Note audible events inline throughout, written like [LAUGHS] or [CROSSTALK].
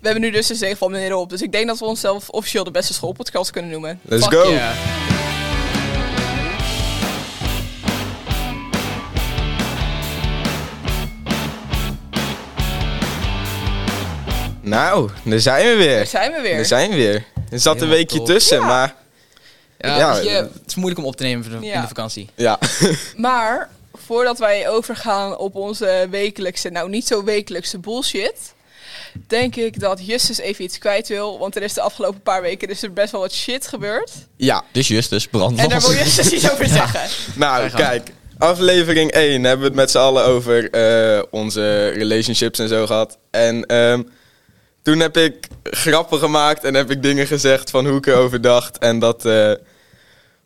We hebben nu dus de zegel van meneer op. Dus ik denk dat we onszelf officieel de beste schoolpodcast kunnen noemen. Let's Fuck go. yeah. Nou, daar zijn we weer. Daar zijn we weer. Daar zijn we weer. Er zat een Helemaal weekje top. tussen, Ja. maar Ja, Ja, weet je, eh, het is moeilijk om op te nemen voor de- Ja. in de vakantie. ja. [LAUGHS] Maar voordat wij overgaan op onze wekelijkse, nou niet zo wekelijkse bullshit, denk ik dat Justus even iets kwijt wil. Want er is de afgelopen paar weken is er best wel wat shit gebeurd. ja. Dus Justus, brand En daar los. wil Justus iets over zeggen. Nou, Wij gaan. kijk. Aflevering 1 hebben we het met z'n allen over eh, onze relationships en zo gehad. En ehm, toen heb ik grappen gemaakt en heb ik dingen gezegd van hoe ik erover dacht. En dat eh,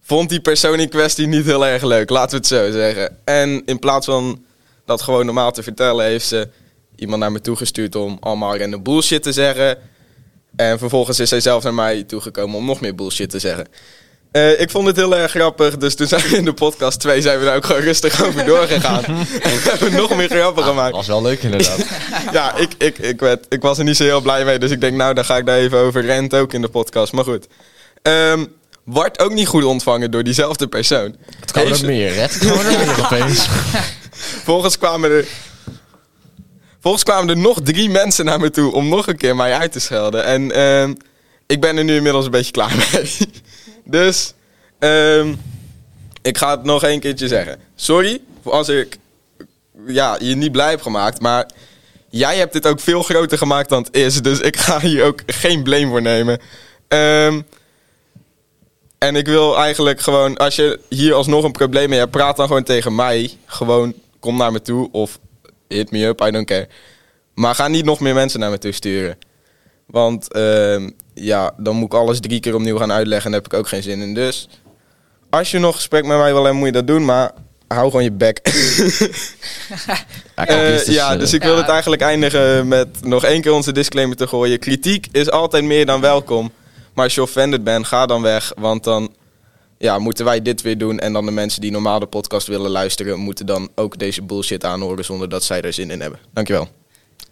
vond die persoon in kwestie niet heel erg leuk, laten we het zo zeggen. En in plaats van dat gewoon normaal te vertellen, heeft ze iemand naar me toegestuurd om allemaal random bullshit te zeggen. En vervolgens is zij zelf naar mij toegekomen om nog meer bullshit te zeggen. Eh, ik vond het heel erg grappig, dus toen zijn we in de podcast 2 zijn we daar ook gewoon rustig over doorgegaan. en hebben we nog meer grappen Dat gemaakt. was wel leuk [LAUGHS] inderdaad. Ja, ik, ik, ik, werd, ik was er niet zo heel blij mee, dus ik denk nou, dan ga ik daar even over rent ook in de podcast. Maar goed. Ehm wordt ook niet goed ontvangen door diezelfde persoon. Het kan Heeft- er meer, hè? Het kan er meer opeens. Volgens kwamen er. Volgens kwamen er nog drie mensen naar me toe om nog een keer mij uit te schelden. En ehm, ik ben er nu inmiddels een beetje klaar mee. [LAUGHS] Dus ehm, ik ga het nog één keertje zeggen. Sorry voor als ik ja, je niet blij heb gemaakt, maar jij hebt dit ook veel groter gemaakt dan het is. Dus ik ga hier ook geen blame voor nemen. Ehm, en ik wil eigenlijk gewoon, als je hier alsnog een probleem mee hebt, praat dan gewoon tegen mij. Gewoon kom naar me toe of hit me up, I don't care. Maar ga niet nog meer mensen naar me toe sturen. Want ehm, ja, dan moet ik alles drie keer opnieuw gaan uitleggen en daar heb ik ook geen zin in. Dus als je nog gesprek met mij wil hebben, moet je dat doen, maar hou gewoon je bek. Ja, Eh, kijk, Justus, ja, eh, dus ik wil Ja. het eigenlijk eindigen met nog één keer onze disclaimer te gooien. Kritiek is altijd meer dan welkom. Maar als je offended bent, ga dan weg. Want dan ja, moeten wij dit weer doen. En dan de mensen die normaal de podcast willen luisteren... moeten dan ook deze bullshit aanhoren zonder dat zij er zin in hebben. Dankjewel.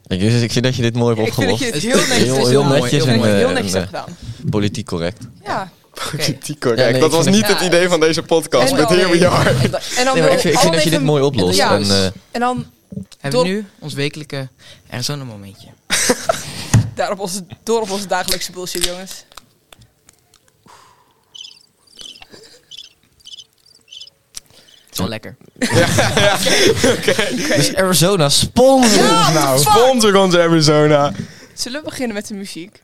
kijk, Justus, ik zie dat je dit mooi hebt Ik vind dat opgelost. je het heel netjes Heel- hebt heel gedaan. netjes Ik vind dat je en, het heel eh, netjes en, eh, hebt gedaan. Politiek correct. Ja. [LAUGHS] Kritiek, correct. Ja, nee, dat ik was vind niet het- het idee van deze podcast, En but dan- here we are. En dan- en dan Nee, maar wil ik vind- altijd ik vind dat je dit even- mooi oplost. Ja. En, eh, En dan Hebben we Dor- nu ons wekelijke Arizona momentje. daarop onze, door op onze dagelijkse bullshit, jongens. Het is wel lekker. Oké. Dus Arizona, sponsor ons nou. Sponsor ons Arizona. Zullen we beginnen met de muziek?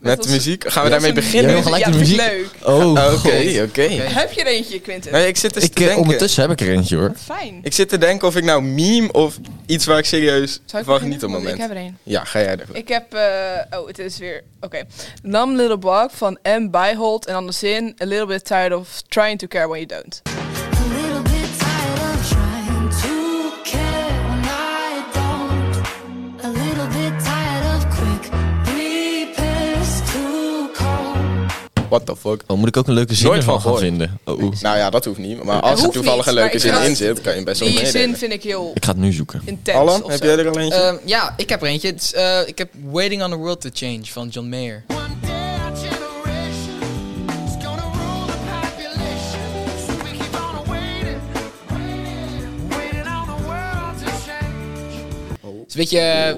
Met de ons- muziek. Gaan we daarmee onze- beginnen? wil gelijk ja, de vind ik muziek? leuk. Oh, Oké, god. oké. Oké. Heb je er eentje, Quinten? Nee, ik zit dus Ik, te eh, denken. ondertussen heb ik er eentje hoor. Fijn. Ik zit te denken of ik nou meme of iets waar ik serieus Zou ik van beginnen? geniet op het Want moment. Ik heb er een. Ja, ga jij ervoor. Ik heb, eh, oh, het is weer, oké. Nam Little Bug van M. Byhold en dan de zin A little bit tired of trying to care when you don't. A little bit tired of trying to care when I don't. A little bit tired of quick repairs to cold. What the fuck? Oh, moet ik ook een leuke zin Nooit ervan van gaan gehoord. vinden? Oh, oeh. Nou ja, dat hoeft niet. Maar als er hoeft toevallig niet, een maar leuke ik zin vind in dat- zit, kan je best wel Die zin meedenken. vind ik heel Ik ga het nu zoeken. intens. Alan, of heb zo. jij er al eentje? Ehm, ja, ik heb er eentje. Het is, eh, ik heb Waiting on the World to Change van John Mayer. One day our generation is gonna rule the population. So we keep on waiting, waiting, waiting on the world to change. Dus weet je,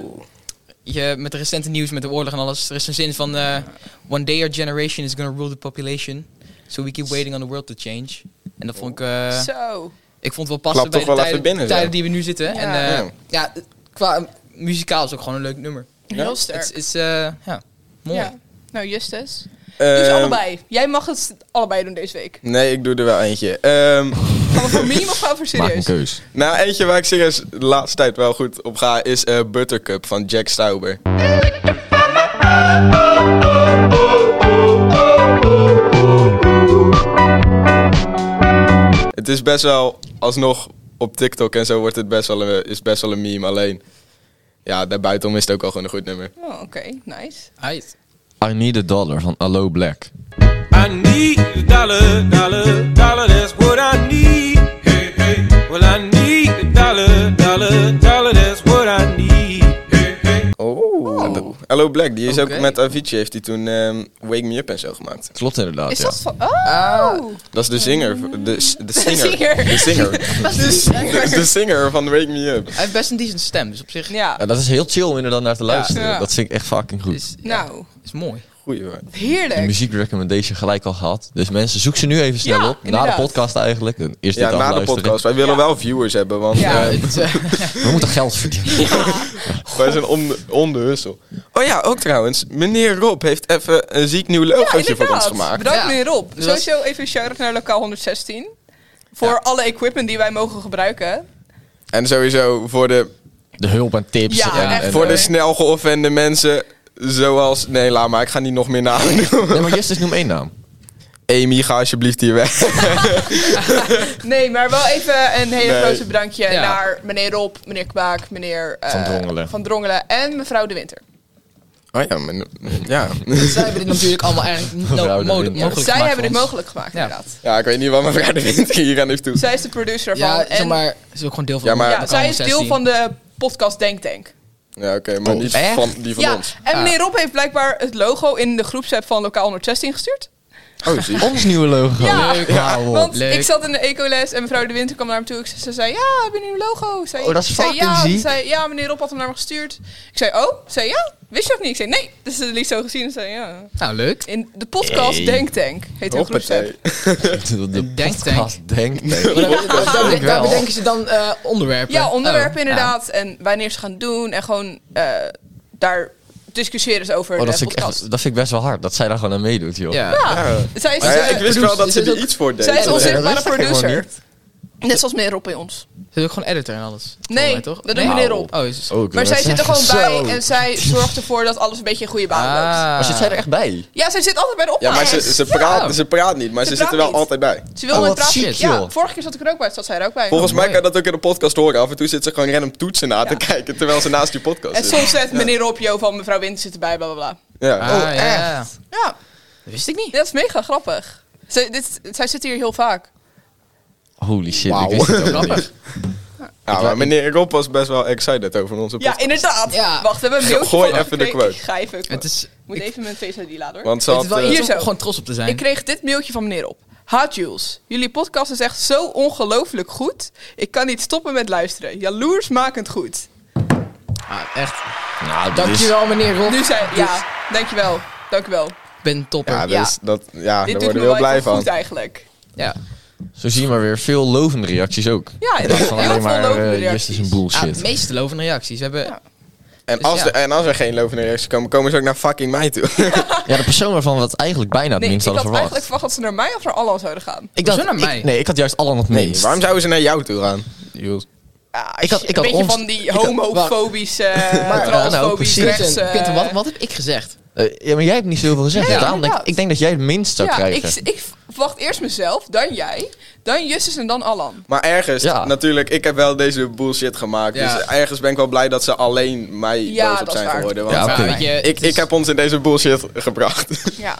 je, met de recente nieuws, met de oorlog en alles, er is een zin van... eh, One day our generation is gonna rule the population. So we keep waiting on the world to change. En dat vond ik... eh, Zo. ik vond het wel passen Klapt bij toch de wel tijden, even binnen, zo. tijden die we nu zitten. En Ja. eh, ja, qua eh, muzikaal is het ook gewoon een leuk nummer. Heel sterk. Het is, eh, ja, mooi. Ja. Nou, Justus. Ehm, Dus allebei. Jij mag het allebei doen deze week. Nee, ik doe er wel eentje. Ehm, Gaan we voor meme of gaan we voor Maak een serieus? keus. nou, eentje waar ik serieus de laatste tijd wel goed op ga is eh, Buttercup van Jack Stauber. Het is best wel, alsnog op TikTok en zo wordt het best wel een, is best wel een meme. Alleen, ja, daarbuitenom is het ook al gewoon een goed nummer. Oh, Oké, nice. Aight. I Need a Dollar van Allo Black. I need a dollar, dollar, dollar, that's what I need. Hey, hey. Well, I need a dollar, dollar, dollar, that's what I need. Hey, hey. Oh. Hello Black, die is Oké. ook met Avicii, heeft hij toen ehm, Wake Me Up en zo gemaakt. Klopt inderdaad, Is ja. dat van... Oh! Dat is de zinger, [LAUGHS] de, s- de singer. Singer. De [LAUGHS] singer. De, de singer van Wake Me Up. Hij heeft best een decent stem, dus op zich Ja. Ja, dat is heel chill om inderdaad naar te luisteren. Ja. Dat vind ik echt fucking goed. is, Nou, is mooi. Goeie hoor. de heerlijk. muziek recommendation gelijk al gehad. Dus mensen, zoek ze nu even snel Ja, op. Na inderdaad. de podcast eigenlijk. Dan Eerst Ja, dit na de afluisteren. podcast. Wij willen Ja. wel viewers hebben, want Ja. eh, het, eh, We moeten geld verdienen. wij zijn on, on de hussel. Oh ja, ook trouwens. Meneer Rob heeft even een ziek nieuw logootje voor ons gemaakt. Bedankt Ja. meneer Rob. Dus dat- Sowieso even een shout-out naar lokaal 116. Voor alle equipment die wij mogen gebruiken. En sowieso voor de, De hulp en tips. Ja, en, echt en- voor de hoor. snel geoffende mensen, zoals... Nee, laat maar, ik ga niet nog meer namen noemen. Nee, maar Justus, noem één naam. [LAUGHS] Amy, ga alsjeblieft hier weg. Nee, maar wel even een hele Nee. grote bedankje Ja. naar meneer Rob, meneer Kwaak, meneer... eh, Van Drongelen. Van Drongelen en mevrouw De Winter. Oh ja, men- ja. zij [LAUGHS] hebben dit natuurlijk allemaal eigenlijk no, Vrouwen mo- erin, ja. mogelijk Zij gemaakt hebben dit voor ons. mogelijk gemaakt, Ja. inderdaad. ja, ik weet niet wat mevrouw de Winter hier aan heeft toe. Zij is de producer ervan. Ja, en, zeg maar, ze is ook gewoon deel van Ja, maar- de ja, zij is deel van de podcast Denk Tank. Ja, oké, maar Oh, niet echt? van die van ja, ons. en Ah. meneer Rob heeft blijkbaar het logo in de groepsapp van Lokaal 116 gestuurd. Oh, zie. [LAUGHS] Ons nieuwe logo. Ja. Leuk. Wauw, hoor. Want Leuk. ik zat in de ecoles en mevrouw De Winter kwam naar hem toe. Ik ze, ze zei, ja, heb je nu een logo? Ik Zei, Oh, dat is ik zei, fucking ja. ziek. Ze Zei, ja, meneer Rob had hem naar me gestuurd. Ik zei, oh? Ze zei, ja, wist je of niet? Ik zei, nee. Dus ze liet zo gezien en zei, ja. Nou, leuk. In de podcast Hey. Denk Tank heet hun groepsapp. Hoppatee. De, de Denk podcast Denk Tank. Daar, ik wel. daar bedenken ze dan eh, onderwerpen. Ja, onderwerpen Oh, inderdaad. En wanneer ze gaan doen. En gewoon eh, daar discussiëren ze over Oh, de dat, vind ik podcast. echt, dat vind ik best wel hard. Dat zij daar gewoon aan meedoet, joh. Ja. Ja, zij is, Maar ja, eh, ik wist producer- wel dat ze is er ook- iets voor deed. zij is Ja, onze- dat onzichtbare wist ik helemaal producer. Net zoals meneer Rob bij ons. Ze is ook gewoon editor en alles. Nee, Volgens mij, toch? dat doet meneer Rob. Oh, is Oh, ik Maar wil zij net zit er zeggen, gewoon bij zo. Ah. en zij zorgt ervoor dat alles een beetje in goede baan loopt. Ah. Maar zit zij er echt bij? Ja, zij zit altijd bij de Ja, maar opnames. ze, ze, praat, Ja. ze praat niet, maar ze, Ze zit er wel praat niet. altijd bij. Ze wil Oh, nooit wat praten. shit, ja, joh. vorige keer zat ik er ook bij, zat zij er ook bij. Volgens mij mooi. kan je dat ook in de podcast horen. Af en toe zit ze gewoon random toetsen na te kijken terwijl ze naast die podcast en zit. soms zet meneer Rob Jo van mevrouw Winter zit erbij, bla bla bla. Ja. Ah, ja. Ja, Dat wist ik niet. dat is mega grappig. Ze, dit, zij zit hier heel vaak. Holy shit, Wauw. ik wist het ook Grappig. niet. Ja, maar meneer Rob was best wel excited over onze Ja, podcast. inderdaad. Ja. Wacht, we hebben een mailtje Gooi van haar even de gekregen. quote. Ik ga even. Het is, ik moet ik- even mijn Face ID laden hoor. Want ze het had... is wel eh, hier- iets om zo. gewoon trots op te zijn. Ik kreeg dit mailtje van meneer op. Ha Jules, jullie podcast is echt zo ongelooflijk goed. Ik kan niet stoppen met luisteren. Jaloersmakend goed. Ah, echt. [LAUGHS] Dus- Nou, dat is... Dankjewel, meneer Rob. Nu zei... Ja, Dus- dankjewel. Dankjewel. Ik ben een topper. ja, Ja. dus dat, ja Dit Ah, daar doet worden me we heel wel blij echt wel van. goed eigenlijk. Zo zie je maar weer veel lovende reacties ook. Ja, In plaats van heel alleen veel maar lovende eh, reacties. Justus een Ah, bullshit. de meeste lovende reacties. We hebben... Ja. En Dus als, ja. de- en als er geen lovende reacties komen, komen ze ook naar fucking mij toe. Ja, de persoon waarvan we het eigenlijk bijna het Nee, ik minst had hadden verwacht. eigenlijk verwacht dat ze naar mij of naar Allan zouden gaan. Ik dacht, Zo naar ik- mij. nee, ik had juist Allan het Nee, [LAUGHS] meest. waarom zouden ze naar jou toe gaan? Jules? ik had, ik een had beetje ons... van die homofobische, [LAUGHS] eh, nou, transfobische, precies. rechts... Quinten, eh, Quinten, wat, wat heb ik gezegd? Eh, ja, maar jij hebt niet zoveel gezegd. Nee, Daarom denk, ik- inderdaad. ik denk dat jij het minst zou eh, ja, ik, krijgen. ik verwacht eerst mezelf, dan jij, dan Justus en dan Allan. Maar ergens, Ja. natuurlijk, ik heb wel deze bullshit gemaakt. Ja. Dus ergens ben ik wel blij dat ze alleen mij Ja, boos op dat zijn is waar. geworden. Want Ja, oké. weet je, het ik, is- ik heb ons in deze bullshit gebracht. [LAUGHS] Ja,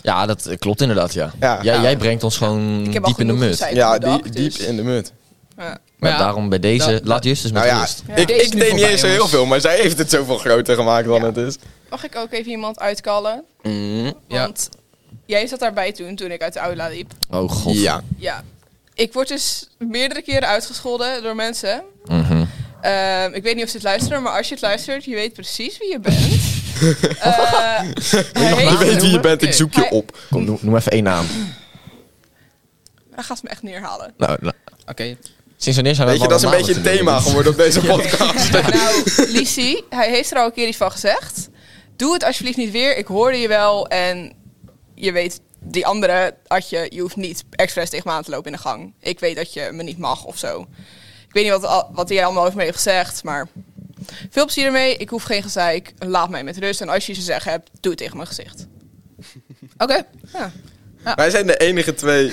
Ja, dat eh, klopt inderdaad, ja. Ja. jij, Ja. jij brengt ons gewoon ik heb al diep in de genoeg mut. gezeik ja, vandaag, die, dus- diep in de mut. ja. Maar Ja. daarom bij deze, Dat- laat Justus met Nou ja, rust. ik, Deze is ik nu deed niet voorbij, eens zo heel jongens. veel, maar zij heeft het zoveel groter gemaakt dan Ja. het is. Mag ik ook even iemand uitkallen? Mm, Ja. Want jij zat daarbij toen, toen ik uit de aula liep. Oh god. Ja. Ja. Ik word dus meerdere keren uitgescholden door mensen. Mhm. Ehm, ik weet niet of ze het luisteren, maar als je het luistert, je weet precies wie je bent. Eh, hij nog heet- Ik weet wie [LAUGHS] je noemen? bent, ik zoek je Hij- op. Kom, noem, noem even één naam. Hij gaat me echt neerhalen. Nou, nou, Oké. sinds wanneer zijn we Weet je, dat is een beetje een thema geworden op [LAUGHS] deze podcast. Nou, Lisi, hij heeft er al een keer iets van gezegd. Doe het alsjeblieft niet weer. Ik hoorde je wel. En je weet, die andere Adje, je hoeft niet expres tegen me aan te lopen in de gang. Ik weet dat je me niet mag of zo. Ik weet niet wat, al- wat jij allemaal over me heeft gezegd, maar... Veel plezier ermee. Ik hoef geen gezeik. Laat mij met rust. En als je iets te zeggen hebt, doe het tegen mijn gezicht. Oké. Ja. Wij zijn de enige twee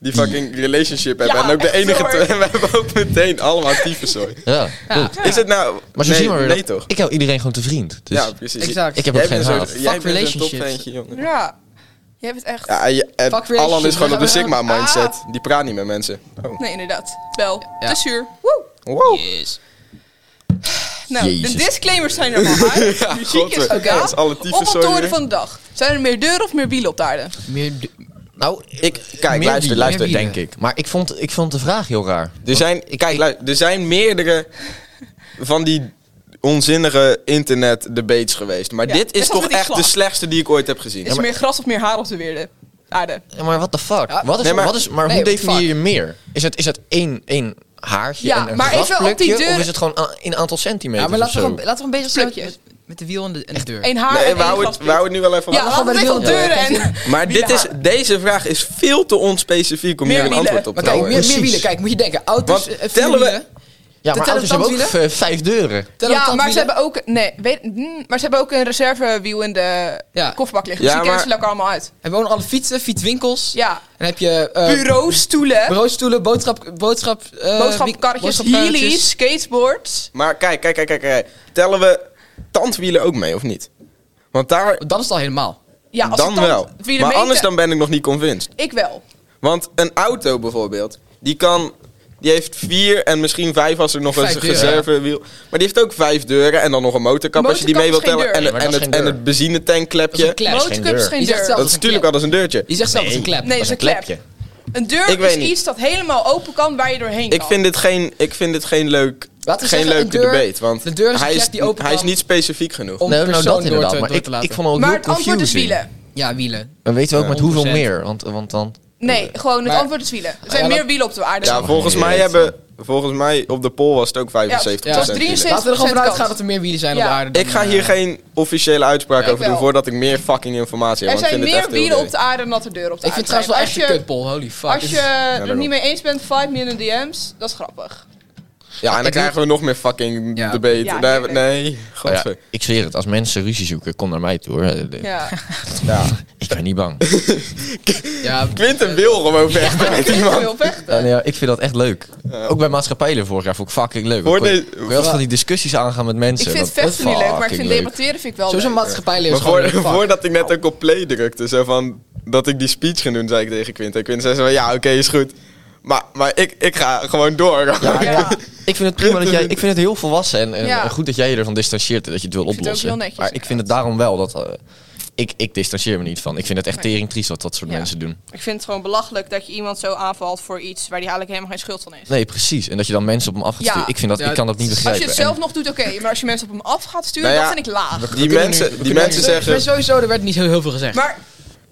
die fucking relationship hebben. Ja, en ook de echt enige hoor. twee. [LAUGHS] We hebben ook meteen allemaal tyfuszooi. Ja, klopt. Is het nou... Maar zo nee, zien we weer nee dat- toch? Ik hou iedereen gewoon tevrien. Dus ja, precies. Exact. Ik heb Jij ook geen bent zo'n- haat. Jij Fuck bent een relationships. topventje, jongen. Ja. Jij bent echt... Ja, je, eh, Fuck Alan is relationships, gewoon op de we gaan- Sigma-mindset. Die praat niet met mensen. Oh. Nee, inderdaad. Wel. Ja. Te zuur. Woe. Wow. Yes. Nou, de Jezus. disclaimers zijn er al uit. [LAUGHS] Ja, Muziek is godver. gedaan. Dat is alle op tyfus het zo toren hier. van de dag. Zijn er meer deuren of meer wielen op de aarde? Meer de- Nou, ik, kijk, meer luister, wie- luister, meer wie- denk ik. Maar ik vond, ik vond de vraag heel raar. Er zijn, kijk, lu- er zijn meerdere van die onzinnige internet-debates geweest. Maar Ja, dit net is als toch met die echt de vlag. slechtste die ik ooit heb gezien. Is er meer gras of meer haar op de weerde- aarde? Ja, maar what the fuck? Ja. wat is, Nee, maar- maar, wat is, maar Nee, hoe what the definieer je meer? Is het, is het één, één haartje Ja, en een maar even op die grasplukje, deur- Of is het gewoon a- in een aantal centimeters Ja, maar laten of we, zo? gewoon- laten we een beetje Plukjes. sluiten met, met de wiel en de, en de deur. Eén haar nee, en we één houden, het- we graspriet. houden het nu wel even Ja, op. laten we even op deuren en... [LAUGHS] Maar dit is, deze vraag is veel te onspecifiek om Meer hier een wielen. antwoord op maar te kijk, meer, houden. meer wielen. Kijk, moet je denken. Auto's, Want eh, vier tellen we- wielen. ja, maar tellen auto's hebben ook tandwielen? v- vijf deuren. Tellen we Ja, maar ze tandwielen? hebben ook... Nee, weet, mm, maar ze hebben ook een reservewiel in de Ja. kofferbak liggen. Ja, Dus die kennen maar- ze lekker allemaal uit. Hebben we ook nog alle fietsen, fietswinkels. Ja. Dan heb je eh, Bureaus, stoelen, bureaustoelen, boodschap, boodschap, eh, boodschappenkarretjes, boodschapkarretjes. heelys, skateboards. Maar kijk, kijk, kijk, kijk, kijk. Tellen we tandwielen ook mee of niet? Want daar, Dan is het al helemaal. Ja, als dan het wel. wielen Maar meten- anders dan ben ik nog niet convinced. Ik wel. Want een auto bijvoorbeeld, die kan. Die heeft vier en misschien vijf als er nog Vijf eens een deuren, reservewiel. Maar die heeft ook vijf deuren en dan nog een motorkap als je die mee wil Motorkap is tellen. En, geen deur. en, Nee, maar dat is het, geen en het deur. benzinetankklepje. Dat is een klep. Dat is geen Motorcup is deur. geen Je zegt deur. zelf Dat is natuurlijk wel eens een deurtje. Je zegt zelf dat is een klep. Nee, dat is een een klep. klepje. Een deur Ik is weet niet. iets dat helemaal open kan waar je doorheen Ik kan. vind dit geen, ik vind dit geen leuk. Laten we geen zeggen, leuke een deur- debate. Want de deur is een hij, is, klep die open hij is kan. niet specifiek genoeg. Om- Nee, nou persoon door dat te- inderdaad. door Maar te ik, laten. ik vond het ook maar heel het antwoord is confusing. wielen. Ja, wielen. Dan weten we ook met hoeveel 100%. meer. Want, want dan... Nee, gewoon het Maar- antwoord is wielen. Er zijn Ja, dat- meer wielen op de aarde. ja, dan- volgens Nee, mij dat- hebben. Volgens mij op de poll was het ook 75%. Ja, het was wielen. 73 Laten we er 70% gewoon vanuit gaan kans. dat er meer wielen zijn op Ja. de aarde. dan, Ik ga eh, hier geen officiële uitspraak Ja, ik over doen wel. voordat ik meer fucking informatie Er heb. want zijn ik vind het meer echt heel wielen op leuk. de aarde dan dat er deuren op de Ik aarde vind het trouwens wel zijn. echt een kutpol. Holy fuck. Als je, als je er daarom. niet mee eens bent, 5 miljoen DM's. Dat is grappig. Ja, en dan Ik krijgen we nog meer fucking Ja. debate. Ah, Ja, Daar- heerlijk. nee, Nou godver. ja, ik zweer het, als mensen ruzie zoeken, kom naar mij toe hoor. De- Ja. [LAUGHS] Ik ben niet bang. Ja, Quinten wil gewoon vechten met iemand. Heel vechten. Ja, nee, ja, ik vind dat echt leuk. Ook bij maatschappijlen vorig jaar vond ik fucking leuk. Hoor Ik kon- dit- kon je altijd van die discussies aangaan met mensen. Ik vind Dat- vechten niet leuk, maar ik vind fucking debatteren vind ik wel sowieso leuk. maatschappijleer Maar is gewoon voor, een fuck. voordat ik net ook op play drukte, zo van dat ik die speech ging doen, zei ik tegen Quinten. Quinten zei zo van, ja, oké, is goed. Maar, maar ik, ik ga gewoon door. [LAUGHS] Ja, Ik vind het prima dat jij. Ik vind het heel volwassen en, en, Ja. en goed dat jij je ervan distancieert en dat je het wil vind het ook oplossen. heel netjes, maar ik vind het daarom wel dat. eh, ik, ik distancieer me niet van. Ik vind het echt teringtriest wat dat soort Ja. mensen doen. ik vind het gewoon belachelijk dat je iemand zo aanvalt voor iets waar die eigenlijk helemaal geen schuld van heeft. Nee, precies. En dat je dan mensen op hem af gaat Ja. sturen. Ik, vind dat, Ja, ik kan dat niet als je Als begrijpen. je het zelf nog doet, oké. Maar als je mensen op hem af gaat sturen, Nou ja, dat vind ik laag. Die mensen, die mensen Ik ben zeggen... sowieso, er werd niet heel, heel veel gezegd. Maar En,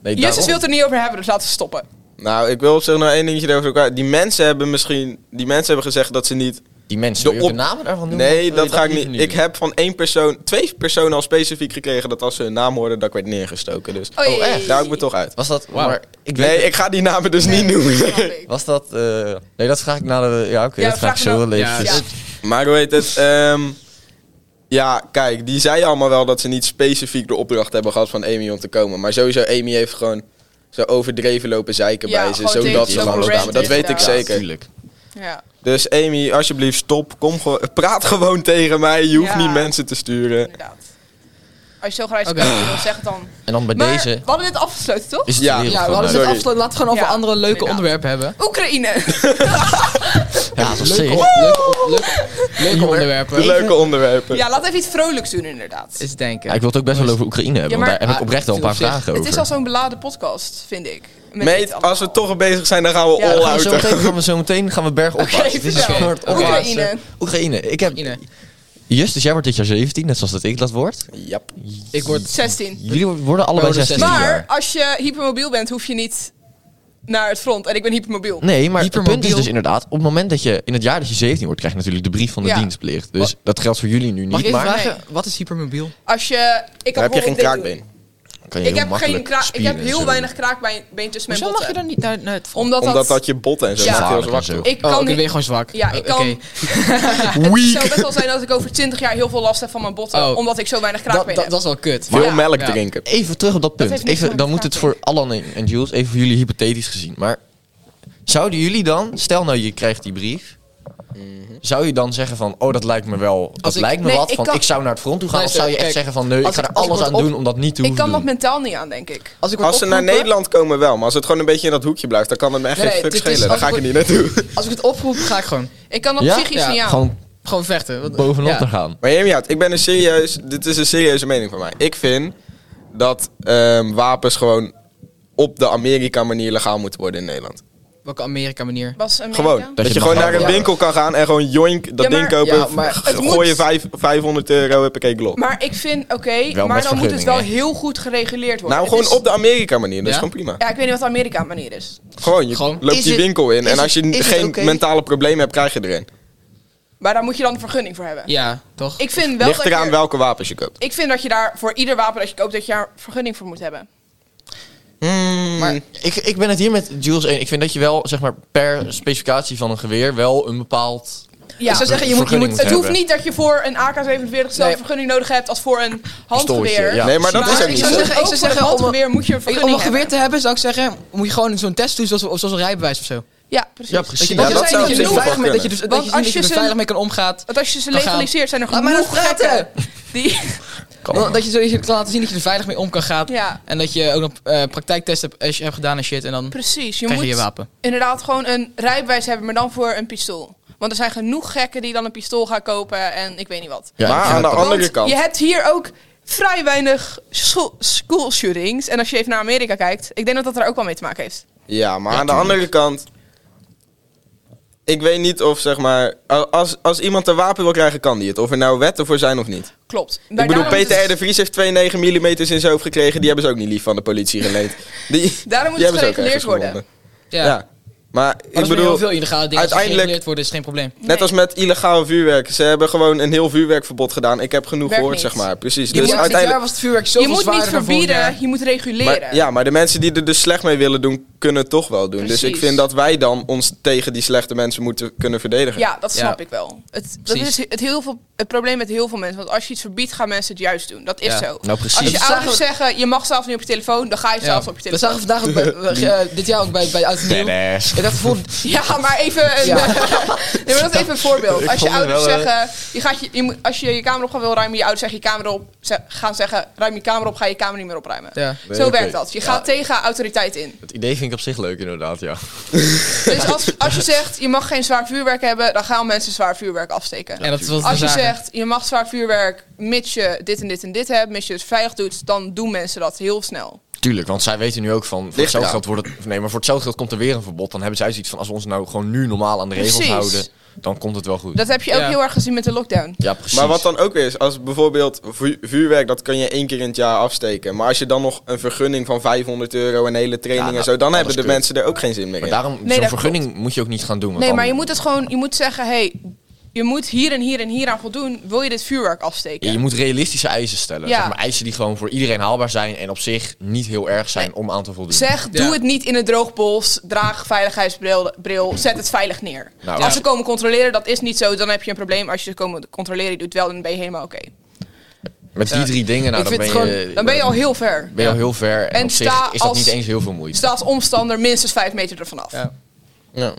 nee, Justus daarom. wil het er niet over hebben, dus laten we [LAUGHS] stoppen. Nou, ik wil op zich nog één dingetje erover kwijt. Die mensen hebben misschien... Die mensen hebben gezegd dat ze niet... Die mensen. de wil je ook op- de namen daarvan noemen? Of wil Nee, je dat ga ik liever niet. Ik doen? heb van één persoon... Twee personen al specifiek gekregen dat als ze hun naam hoorden, dat ik werd neergestoken. Dus Oei. daar hou ik me toch uit. Was dat. Wauw. Maar ik weet- Nee, ik ga die namen dus niet noemen. Snap ik. Was dat. eh, nee, dat vraag ik na de. Ja, oké. Ja, dat vraag ik vraag me zo wel dan- even. Ja. [LAUGHS] dus- Maar hoe heet het? ehm, ja, kijk, die zei allemaal wel dat ze niet specifiek de opdracht hebben gehad van Amy om te komen. Maar sowieso, Amy heeft gewoon zo overdreven lopen zeiken Ja, bij ze. gewoon Zodat tegen ze zo'n gewoon rant kwamen. Dat is weet ik daar. zeker. Tuurlijk. Ja. Dus Amy, alsjeblieft, stop. Kom gewoon- praat gewoon tegen mij. Je hoeft Ja. niet mensen te sturen. Inderdaad. Als je zo graag iets Oké. wil, zeg het dan. En dan bij Maar deze. we hadden dit afgesloten, toch? Is het Ja. de wereld ja, we gewoon hadden uit. het Sorry. afgesloten. Laten we gewoon over Ja, andere leuke inderdaad. onderwerpen hebben. Oekraïne. Ja, dat is Leuke, zeker. on- leuke, on- leuke, leuke onderwerpen. De leuke onderwerpen. [LAUGHS] Ja, laat even iets vrolijks doen, inderdaad. Is denken. Ja, ik wil het ook best wel over Oekraïne hebben, Ja, want maar- daar heb ik oprecht al een Ah, paar het is op vragen over. Het is al zo'n beladen podcast, vind ik. Met dit Meet, allemaal. als we toch bezig zijn, dan gaan we Ja, all dan gaan out. we zo [LAUGHS] meteen, gaan we zo meteen gaan we bergopwaarts. Oké, Het is een vertel. soort Oké. opwaartse- Oekraïne. Oekraïne. Ik heb... Oekraïne. Justus, jij wordt dit jaar 17, net zoals dat ik dat word. Yap. Ik word... 16. Jullie worden allebei worden 16 dit Maar jaar. als je hypermobiel bent, hoef je niet naar het front. En ik ben hypermobiel. Nee, maar het hypermobiel- punt is dus inderdaad, op het moment dat je in het jaar dat je 17 wordt, krijg je natuurlijk de brief van de Ja. dienstplicht. Dus dat geldt voor jullie nu Mag ik niet, even maar vragen, wat is hypermobiel? Als je, ik Dan kan heb je bijvoorbeeld dit geen doen. kraakbeen. kan je Ik heel heb, geen makkelijk kraak, ik spieren heb en heel zo. weinig kraakbeen tussen mijn Hoezo mag je botten. dan niet naar, naar het front? eh, Omdat, Omdat dat je botten en zo Ja. maakt heel Gevaarlijk en zwak zo. doet. Ik kan Oh, ik ben niet- weer gewoon zwak. Ja, ik Oké. kan- [LAUGHS] Het zou best wel zijn dat ik over 20 jaar heel veel last heb van mijn botten. Oh. Omdat ik zo weinig Dat, kraakbeen dat, heb. dat is wel kut. Veel Ja. melk Ja. drinken. Even terug op dat punt. heeft niks even, met dan elkaar moet het te voor Allan en, en Jules, even voor jullie hypothetisch gezien. Maar zouden jullie dan, stel nou je krijgt die brief. Zou je dan zeggen van, oh dat lijkt me wel, dat ik- lijkt me Nee, wat, Mhm. ik van kan- ik zou naar het front toe gaan? Luister, of zou je echt kijk, zeggen van, nee, ik als ga ik- er als ik alles word aan op- doen om dat niet te Ik hoeven kan dat doen? mentaal niet aan, denk ik. Als, ik word Als ze naar opgeroepen- Nederland komen wel, maar als het gewoon een beetje in dat hoekje blijft, dan kan het me echt Nee, geen nee, fuck dit is- schelen. Dan ga ik er als niet naartoe. [LAUGHS] Als ik het opgeroep, ga ik gewoon. Ik kan dat Ja? psychisch Ja. niet aan. Gewoon Gewoon vechten. Wat- bovenop ja. te gaan. Maar Jamie Hout, ik ben een serieus. Dit is een serieuze mening van mij. Ik vind dat ehm, wapens gewoon op de Amerika-manier legaal moeten worden in Nederland. Welke Amerika-manier? Was Amerika? Gewoon. Dat, je, je gewoon mag naar een kopen. winkel kan gaan en gewoon joink dat Ja, maar- ding kopen. ja, maar g- het moet- gooi je vijf- 500 euro, heb ik een glok. Maar ik vind, oké, Wel maar met dan moet het vergunning, wel hè? heel goed gereguleerd worden. Nou, Het gewoon is- op de Amerika-manier. Dat is Ja? gewoon prima. Ja, ik weet niet wat de Amerika-manier is. Gewoon, je Gewoon. loopt Is die het- winkel in. is En als je het- is het geen oké? mentale problemen hebt, krijg je er een. Maar daar moet je dan een vergunning voor hebben. Ja, toch? Ik vind wel Ligt dat eraan je- welke wapens je koopt. Ik vind dat je daar voor ieder wapen dat je koopt, dat je daar een vergunning voor moet hebben. Maar ik, ik ben het hier met Jules één. Ik vind dat je wel, zeg maar, per specificatie van een geweer wel een bepaald... Ja, ik zou zeggen, Dus je moet, je Vergunning moet, moet het hoeft hebben. niet dat je voor een AK-47 zelf Nee. vergunning nodig hebt als voor een handgeweer. Pistooltje, ja. Nee, maar dat Maar is ook ik niet zou zo. zeggen, ik zou Ook voor zeggen een om een geweer moet je een Om vergunning een geweer hebben. te hebben, zou ik zeggen, moet je gewoon zo'n test doen zoals, zoals een rijbewijs of zo. Ja, precies. Dat je, Ja, dat dat zou dat op je, zich er wel veilig mee, kunnen. dat je, dus, dat Want je, als als je je er ze- veilig mee kan omgaat. Want als je ze Dan gaan- legaliseert, zijn er Laat mij nou genoeg praten! gekken die... [LAUGHS] [LAUGHS] Dat dat je, zo- dat je kan laten zien dat je er veilig mee om kan gaan. Ja, En dat je ook nog eh praktijktesten hebt, als je hebt gedaan en shit. En dan precies. Je krijg je moet je wapen. inderdaad gewoon een rijbewijs hebben, maar dan voor een pistool. Want er zijn genoeg gekken die dan een pistool gaan kopen en ik weet niet wat. Ja, maar ik vind aan de dat- andere Want kant. Je hebt hier ook vrij weinig school, school shootings. En als je even naar Amerika kijkt, ik denk dat dat er ook wel mee te maken heeft. Ja, maar aan de andere kant. Ik weet niet of zeg maar. a- Als, als iemand een wapen wil krijgen, kan die het. Of er nou wetten voor zijn of niet. Klopt. ik bedoel, Peter R. de Vries heeft 2,9 mm in zijn hoofd gekregen. Die hebben ze ook niet lief van de politie geleend. Die, Daarom moet het die hebben ze ook gereguleerd ergens worden. gevonden. Ja. Ja. Maar Maar ik dat is heel bedoel, veel illegale dingen. Uiteindelijk... Als je uiteindelijk- gereguleerd wordt, is het geen probleem. net als met illegaal vuurwerk. Ze hebben gewoon een heel vuurwerkverbod gedaan. Ik heb genoeg Werkt gehoord, niet. zeg maar. Precies. Ja, maar Dus dit jaar uiteindelijk. was het vuurwerk je zoveel moet niet zwaarder dan vorig jaar. verbieden, je moet reguleren. Maar, ja, maar de mensen die er dus slecht mee willen doen, kunnen het toch wel doen. Dus ik Precies. vind dat wij dan ons tegen die slechte mensen moeten kunnen verdedigen. Ja, dat Ja. snap ik wel. Het, dat Precies. is het, heel veel, het probleem met heel veel mensen. Want als je iets verbiedt, gaan mensen het juist doen. Dat is Ja. zo. Nou, precies. Als je Dat ouders zagen zeggen, je mag zelf niet op je telefoon, dan ga je zelf op je We telefoon. zagen vandaag ook bij, we- eh, dit jaar ook bij, bij Oud en Nieuw. Dennis. Ik dacht [LAUGHS] bijvoorbeeld, Ja, maar even een, [LAUGHS] Ja. [LAUGHS] nee, maar dat is even een voorbeeld. Ik Als je vond het ouders wel, eh, zeggen, je gaat je, je moet- als je je kamer op gaat wil ruimen, je ouders zeggen je kamer op, ze- gaan zeggen, ruim je kamer op, ga je je kamer niet meer opruimen. Ja. Zo Oké. werkt dat. Je gaat tegen autoriteit in. Het idee vind ik op zich leuk, inderdaad, ja. [LAUGHS] Dus als, als je zegt, je mag geen zwaar vuurwerk hebben, dan gaan mensen zwaar vuurwerk afsteken. en dat is wat we Als je zagen. zegt, je mag zwaar vuurwerk, mits je dit en dit en dit hebt, mits je het veilig doet, dan doen mensen dat heel snel. Tuurlijk, want zij weten nu ook van... Voor hetzelfde eraan. geld wordt het... Nee, maar voor hetzelfde geld komt er weer een verbod. Dan hebben zij zoiets van... Als we ons nou gewoon nu normaal aan de regels Precies. houden... Dan komt het wel goed. Dat heb je ook Ja. heel erg gezien met de lockdown. Ja, precies. Maar wat dan ook weer is, als bijvoorbeeld vu- vuurwerk, dat kan je één keer in het jaar afsteken. Maar als je dan nog een vergunning van 500 euro en hele training Ja, en nou, zo, dan dat hebben is de kut. mensen er ook geen zin meer Maar in. daarom, dat zo'n klopt. vergunning moet je ook niet gaan doen. want Nee, dan- maar je moet het gewoon, je moet zeggen, hé, hey, je moet hier en hier en hier aan voldoen, wil je dit vuurwerk afsteken? Ja, je moet realistische eisen stellen. Ja. Zeg maar eisen die gewoon voor iedereen haalbaar zijn en op zich niet heel erg zijn om aan te voldoen. Zeg, doe Ja. het niet in een droog bos. Draag veiligheidsbril, bril, zet het veilig neer. Nou, als ja. ze komen controleren, dat is niet zo, dan heb je een probleem. Als je ze komen controleren, je doet het wel, dan ben je helemaal oké. Met die Ja. drie dingen, nou, Ik dan, ben vind het je, Dan ben je al heel ver. Dus ben je al heel ver. En, En op sta zich is dat als- niet eens heel veel moeite. Staat omstander minstens vijf meter ervan af. Ja. Ja.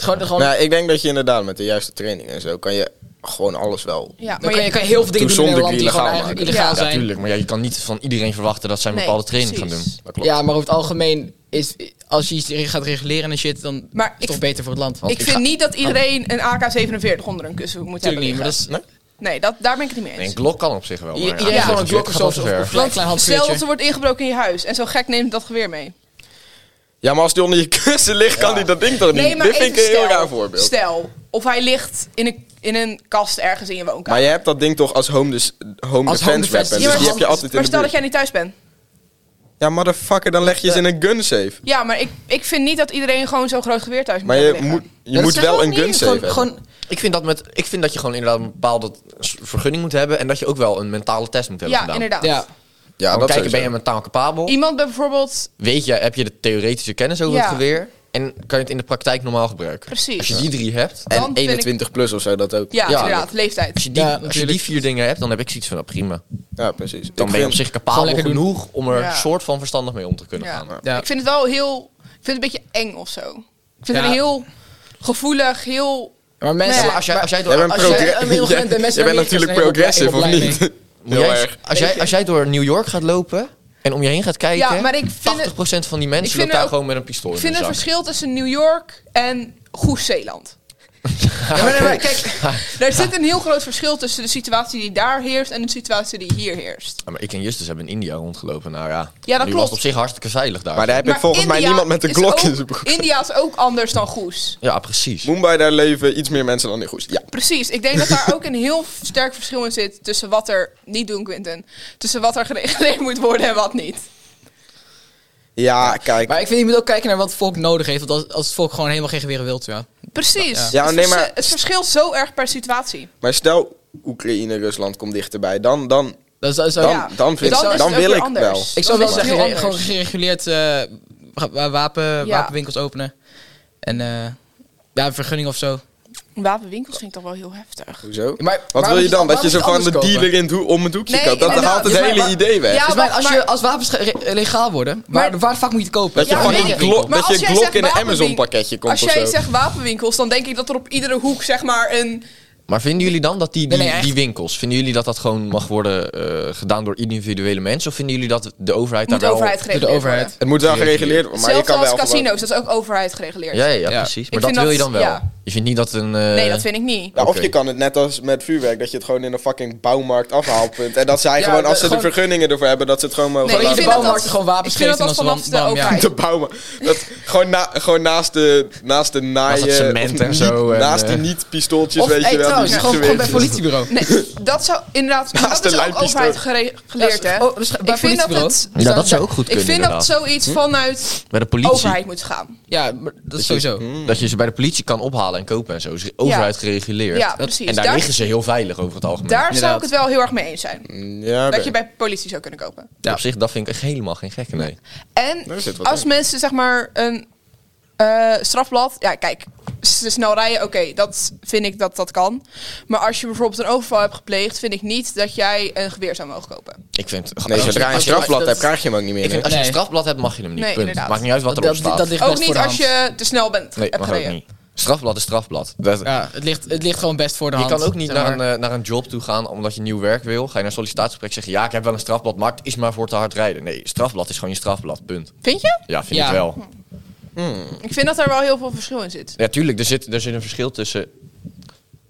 Gewoon, gewoon, Nou, ik denk dat je inderdaad met de juiste training en zo, kan je gewoon alles wel. Ja, dan maar kan je, je, kan je heel veel dingen Toen doen in zonder Nederland die illegaal gewoon eigenlijk maken. illegaal Ja. ja, zijn. tuurlijk. Maar ja, je kan niet van iedereen verwachten dat zij een Nee, bepaalde training gaan precies. doen. Dat klopt. Ja, maar over het algemeen is als je iets gaat reguleren en shit, dan Maar is het ik- toch beter voor het land. ik vind niet Ah. dat iedereen een AK-47 onder een kussen moet hebben. natuurlijk niet, maar dat liggen. is Nee, dat, daar ben ik het niet mee Nee, eens. een Glock kan op zich wel. maar ja, iedereen ja, gewoon een het klok of gaat zo wel of te of ver. een klein, klein Stel dat handvuurtje. er wordt ingebroken in je huis en zo gek neemt dat geweer mee. Ja, maar als die onder je kussen ligt, kan die dat ding toch niet? Nee, maar Dit vind even ik een heel stel, raar voorbeeld. Stel, of hij ligt in een, in een kast ergens in je woonkamer. Maar je hebt dat ding toch als home, dus, home Als home defense defense. weapon, Ja, dus maar die heb je als- altijd in maar de stel dat buurt. jij niet thuis bent. Ja, motherfucker, dan leg je ze in een gunsafe. Ja, maar ik, ik vind niet dat iedereen gewoon zo'n groot geweer thuis moet Maar je hebben moet, liggen. je moet wel een gunsafe hebben. Gewoon, Ik vind, dat met, ik vind dat je gewoon inderdaad een bepaalde s- vergunning moet hebben. En dat je ook wel een mentale test moet hebben Ja, gedaan. inderdaad. ja. ja, Gewoon dat kijken, ben sowieso. je mentaal capabel? Iemand bij bijvoorbeeld... weet je, heb je de theoretische kennis over Ja. het geweer en kan je het in de praktijk normaal gebruiken. Precies. Als je die drie hebt, Dan En vind ik- 21 plus of zo, dat ook. Ja, Ja. inderdaad. Leeftijd. als je die, Ja, als je die natuurlijk. vier dingen hebt, dan heb ik zoiets van, nou, prima. Ja, precies. Dan Ik ben je op vind- zich Gewoon capabel lekker doen. genoeg om er Ja. soort van verstandig mee om te kunnen Ja. gaan. Ja. Ik vind het wel heel... Ik vind het een beetje eng of zo. Ik vind Ja. het heel gevoelig, heel... Maar mensen, Ja, Maar als jij, als jij door, Jij bent, als je jij, progre- een immigrant [LAUGHS] bent, Jij- mensen jij bent zijn natuurlijk heel blij- heel progressive, of blij niet? moet [LAUGHS] Heel jij- erg. als, jij, als jij door New York gaat lopen en om je heen gaat kijken, Ja, maar ik vind het... 80% van die ik mensen vind loopt daar ook- gewoon met een pistool Ik in vind hun het [LAUGHS] zak. verschil tussen New York en Goes Zeeland. Ja, maar- maar kijk, er zit een heel groot verschil tussen de situatie die daar heerst en de situatie die hier heerst. Ja, maar ik en Justus hebben in India rondgelopen. Nou ja, Ja, dat nu was het klopt. op zich hartstikke veilig daar. Maar daar heb ik Maar volgens mij India niemand met een is klok ook- in zijn broek. India is ook anders dan Goes. Ja, precies. Mumbai, daar leven iets meer mensen dan in Goes. Ja. Precies, ik denk dat daar ook een heel sterk verschil in zit tussen wat er niet doen, Quinten. Tussen wat er gereguleerd moet worden en wat niet. Ja, kijk. Maar ik vind, je moet ook kijken naar wat het volk nodig heeft. Want als, als het volk gewoon helemaal geen geweren wilt, ja. Precies. Ja, het, nee, verse- maar- het verschilt zo erg per situatie. Maar stel, Oekraïne, Rusland komt dichterbij. Dan, dan, Dat is, dat is Dan- ja. dan vind- is dan het ook wil weer ik anders. wel. Ik Ik Dan zou wel is het zeggen, heel gere- gewoon anders. gereguleerd eh, wa- wa- wapen, Ja. wapenwinkels openen. En eh, ja, een vergunning of zo. Wapenwinkels vind ik toch wel heel heftig. hoezo? Maar Wat wil je dan? Dat je zo ze van de dealer in het hoek- om het hoekje Nee, koopt? Dat inderdaad. haalt het Dus maar- hele maar- idee weg. Ja, Dus maar maar- als, maar- je, als wapens ge- re- legaal worden, waar, Maar- waar de fuck moet je het kopen? dat je Ja, van nee, die ik- Glock, maar dat als je jij Glock zegt in een wapenwinkel- Amazon pakketje komt Als of jij zo. zegt wapenwinkels, dan denk ik dat er op iedere hoek zeg maar een... Maar vinden jullie dan dat die, die, Nee, nee, echt. die winkels, vinden jullie dat dat gewoon mag worden eh, gedaan door individuele mensen? Of vinden jullie dat de overheid Moet de daar wel... overheid geregeld overheid. worden. Het moet wel gereguleerd worden, maar je Zelfs kan als wel gewoon- casino's, dat is ook overheid geregeleerd. Ja, ja, ja, Ja. precies. Ik Maar dat vind wil dat- je dan wel. ja. Je vindt niet dat een... eh, Nee, dat vind ik niet. Ja, Of Oké. je kan het net als met vuurwerk, dat je het gewoon in een fucking bouwmarkt afhaalpunt. En dat zij gewoon, als ze gewoon- de vergunningen ervoor hebben, dat ze het gewoon mogen Nee, Gewoon ik als laten vind de dat bouwmarkt dat- gewoon wapens ik vind dat geeft en dat als vanaf de land- bam, ja. overheid. de bouwen. Dat, gewoon, na, gewoon naast de, naast de naaien. het cement of en niet- zo en, naast die eh. niet-pistooltjes, Of, weet hey, je wel. trouwens, die gewoon, gewoon bij het sigaretjes. politiebureau. Nee, dat zou inderdaad. maar dat Naast de is ook lijnpistool. overheid gereguleerd, hè? Oh, dus bij ik vind dat politiebureau? het. Ja, dat zou ook goed Ik kunnen, vind dat inderdaad. zoiets vanuit Bij de de politie. overheid moet gaan. Ja, maar dat is Dat je- sowieso. Hmm. Dat je ze bij de politie kan ophalen en kopen en zo. Is overheid gereguleerd. Ja, precies. En daar, Daar- liggen ze heel veilig over het algemeen. Daar zou Inderdaad. ik het wel heel erg mee eens zijn. Ja, Dat oké. je bij politie zou kunnen kopen. Ja. Op zich, dat vind ik echt helemaal geen gekke, nee. En Daar zit wat als in. mensen zeg maar een eh, strafblad. Ja, kijk, ze snel rijden, oké, dat vind ik dat dat kan. Maar als je bijvoorbeeld een overval hebt gepleegd, vind ik niet dat jij een geweer zou mogen kopen. Ik vind... Nee, zodra je een Als je- strafblad dat- hebt, krijg je hem ook niet meer. Ik hè? vind, als je Nee. een strafblad hebt, mag je hem niet. Nee, punt. inderdaad. Maakt niet uit wat erop Dat, staat. dat ligt Ook best voor niet de hand. als je te snel bent nee, hebt mag ook gereden. niet. Strafblad is strafblad. Dat, Ja, het ligt, het ligt gewoon best voor de je hand. kan ook niet zeg naar maar. een, eh, naar een job toe gaan omdat je nieuw werk wil. Ga je naar een sollicitatiegesprek zeggen... Ja, ik heb wel een strafblad, maar het is maar voor te hard rijden. Nee, strafblad is gewoon je strafblad, punt. Vind je? Ja, vind Ja. ik wel. Ik vind dat er wel heel veel verschil in zit. Ja, tuurlijk, er zit, er zit een verschil tussen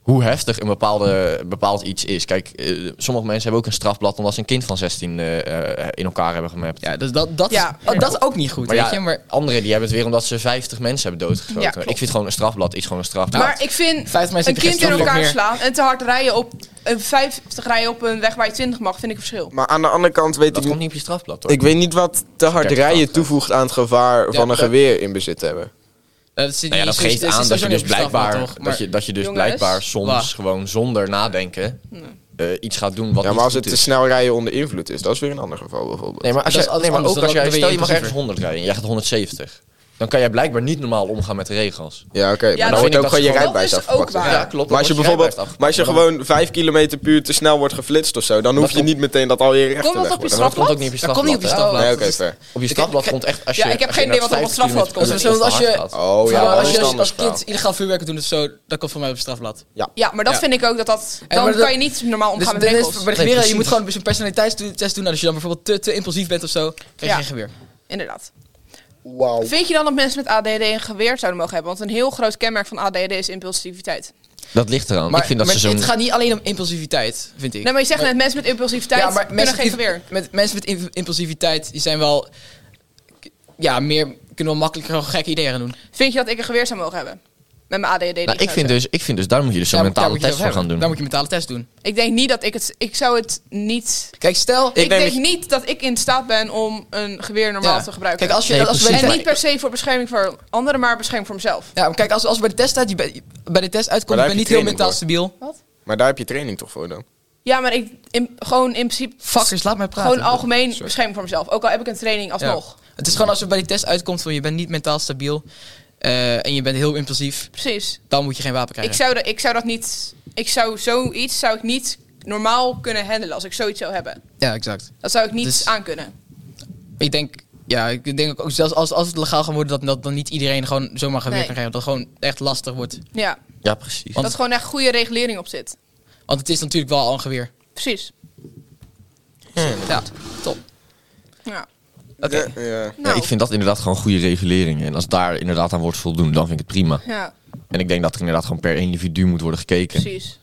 hoe heftig een bepaalde, bepaald iets is. Kijk, eh, sommige mensen hebben ook een strafblad omdat ze een kind van 16 eh, eh, in elkaar hebben gemapt. Ja, dus dat, dat, Ja. oh, dat is ook niet goed, Maar, weet ja, je. Maar anderen die hebben het weer omdat ze 50 mensen hebben doodgeschoten. Ja, klopt. ik vind gewoon een strafblad is gewoon een strafblad. Maar ik vind 50 Nou, mensen een heb je kind in geen strafblok elkaar meer. slaan en te hard rijden op een 50 rijden op een weg waar je 20 mag, vind ik een verschil. Maar aan de andere kant weet dat ik komt niet op je strafblad hoor. Ik weet niet wat te hard Kijk, rijden straf, toevoegt aan het gevaar van een dat- geweer in bezit te hebben. dat, zit Nou ja, eh, niet- dat zo- geeft zit aan dat sowieso je niet dus op strafblad, blijkbaar, toch? dat Maar- je, dat je dus Jongens. blijkbaar soms Wacht. gewoon zonder nadenken eh, iets gaat doen wat Ja, niet maar als goed het te is. snel rijden onder invloed is, dat is weer een ander geval bijvoorbeeld. Nee, maar, als Dat jij- is alles nee, maar anders, ook als dan- jij, dan ben je stel je mag impulsiever. ergens 100 rijden en jij gaat 170. Dan kan jij blijkbaar niet normaal omgaan met de regels. Ja, oké. maar dat- dan wordt ook dat gewoon je is ook rijbewijs waar. afgepakt. Ja, Ja, klopt, Maar dan als je wordt je bijvoorbeeld, rijbewijs maar als je afgepakt. gewoon 5 kilometer puur te snel wordt geflitst of zo, dan hoef je komt- niet meteen dat al je rechten dat op weg je worden. straf- Maar dat komt ook niet op je Dat komt strafblad. niet op je hè? strafblad. Dus- Nee, Dat oké, is- fair. Op je strafblad komt echt als Ja, je... ik heb als je geen idee wat er op het 50 strafblad kilometer komt. per uur Als je- te hard gaat. Oh ja, maar dat als is je een ander als verhaal. kind illegaal vuurwerken doet of zo, dat komt voor mij op het strafblad. Ja, maar dat Ja. vind ik ook dat dat dan maar dat- kan je niet normaal Dus omgaan dan met is- regels. bij de Nee, geweren, je precies. moet gewoon een personaliteitstest doen. En als je dan bijvoorbeeld te, te impulsief bent of zo, krijg je Ja. geen geweer. Inderdaad. Wauw. Vind je dan dat mensen met ADD een geweer zouden mogen hebben? Want een heel groot kenmerk van ADD is impulsiviteit. Dat ligt eraan. Maar, ik vind dat maar ze zo'n... het gaat niet alleen om impulsiviteit, vind ik. Nee, Nou, maar je zegt net, mensen met impulsiviteit kunnen geen die- geweer. Met, mensen met imp- impulsiviteit, die zijn wel... Ja, meer kunnen wel makkelijker gewoon gekke ideeën gaan doen. Vind je dat ik een geweer zou mogen hebben? Met mijn ADD. die Nou, ik, zou vind hebben. dus, ik vind dus, daar moet je dus zo'n Daar moet- daar mentale moet je test dat voor hebben. gaan doen. nou, Daar moet je een mentale test doen. Ik denk niet dat ik het... Ik zou het niet... Kijk, stel... Ik, denk denk dat je- niet dat ik in staat ben om een geweer normaal Ja. te gebruiken. Kijk, als je... Nee, als we- precies. En niet per se voor bescherming voor anderen, maar bescherming voor mezelf. Ja, maar kijk, als, als bij de test uit, je bent- bij de test uitkomt, Maar je daar bent niet heb je heel training mentaal voor. stabiel. Maar daar heb je training toch voor dan? Ja, maar ik in- gewoon in principe... Fuckers, laat mij praten. Gewoon algemeen bescherming voor mezelf. Ook al heb ik een training Ja. alsnog. Het is gewoon als er bij die test uitkomt van je bent niet mentaal stabiel eh, en je bent heel impulsief, Precies. dan moet je geen wapen krijgen. Ik zou, dat, ik zou dat niet... Ik zou zoiets zou ik niet normaal kunnen handelen als ik zoiets zou hebben. Ja, exact. Dat zou ik niet Dus- aan kunnen. Ik denk, ja, ik denk ook zelfs als, als het legaal gaat worden, dat, dat dan niet iedereen gewoon zomaar geweer Nee. kan krijgen. Dat het gewoon echt lastig wordt. Ja. Ja, precies. Dat gewoon echt goede regulering op zit. Want het is natuurlijk wel al een geweer. Precies. Ja, top. Ja. Oké. Ja, ja. Nee, Nou, ik vind dat inderdaad gewoon goede regulering. En als daar inderdaad aan wordt voldoen, dan vind ik het prima. ja. En ik denk dat er inderdaad gewoon per individu moet worden gekeken. Precies.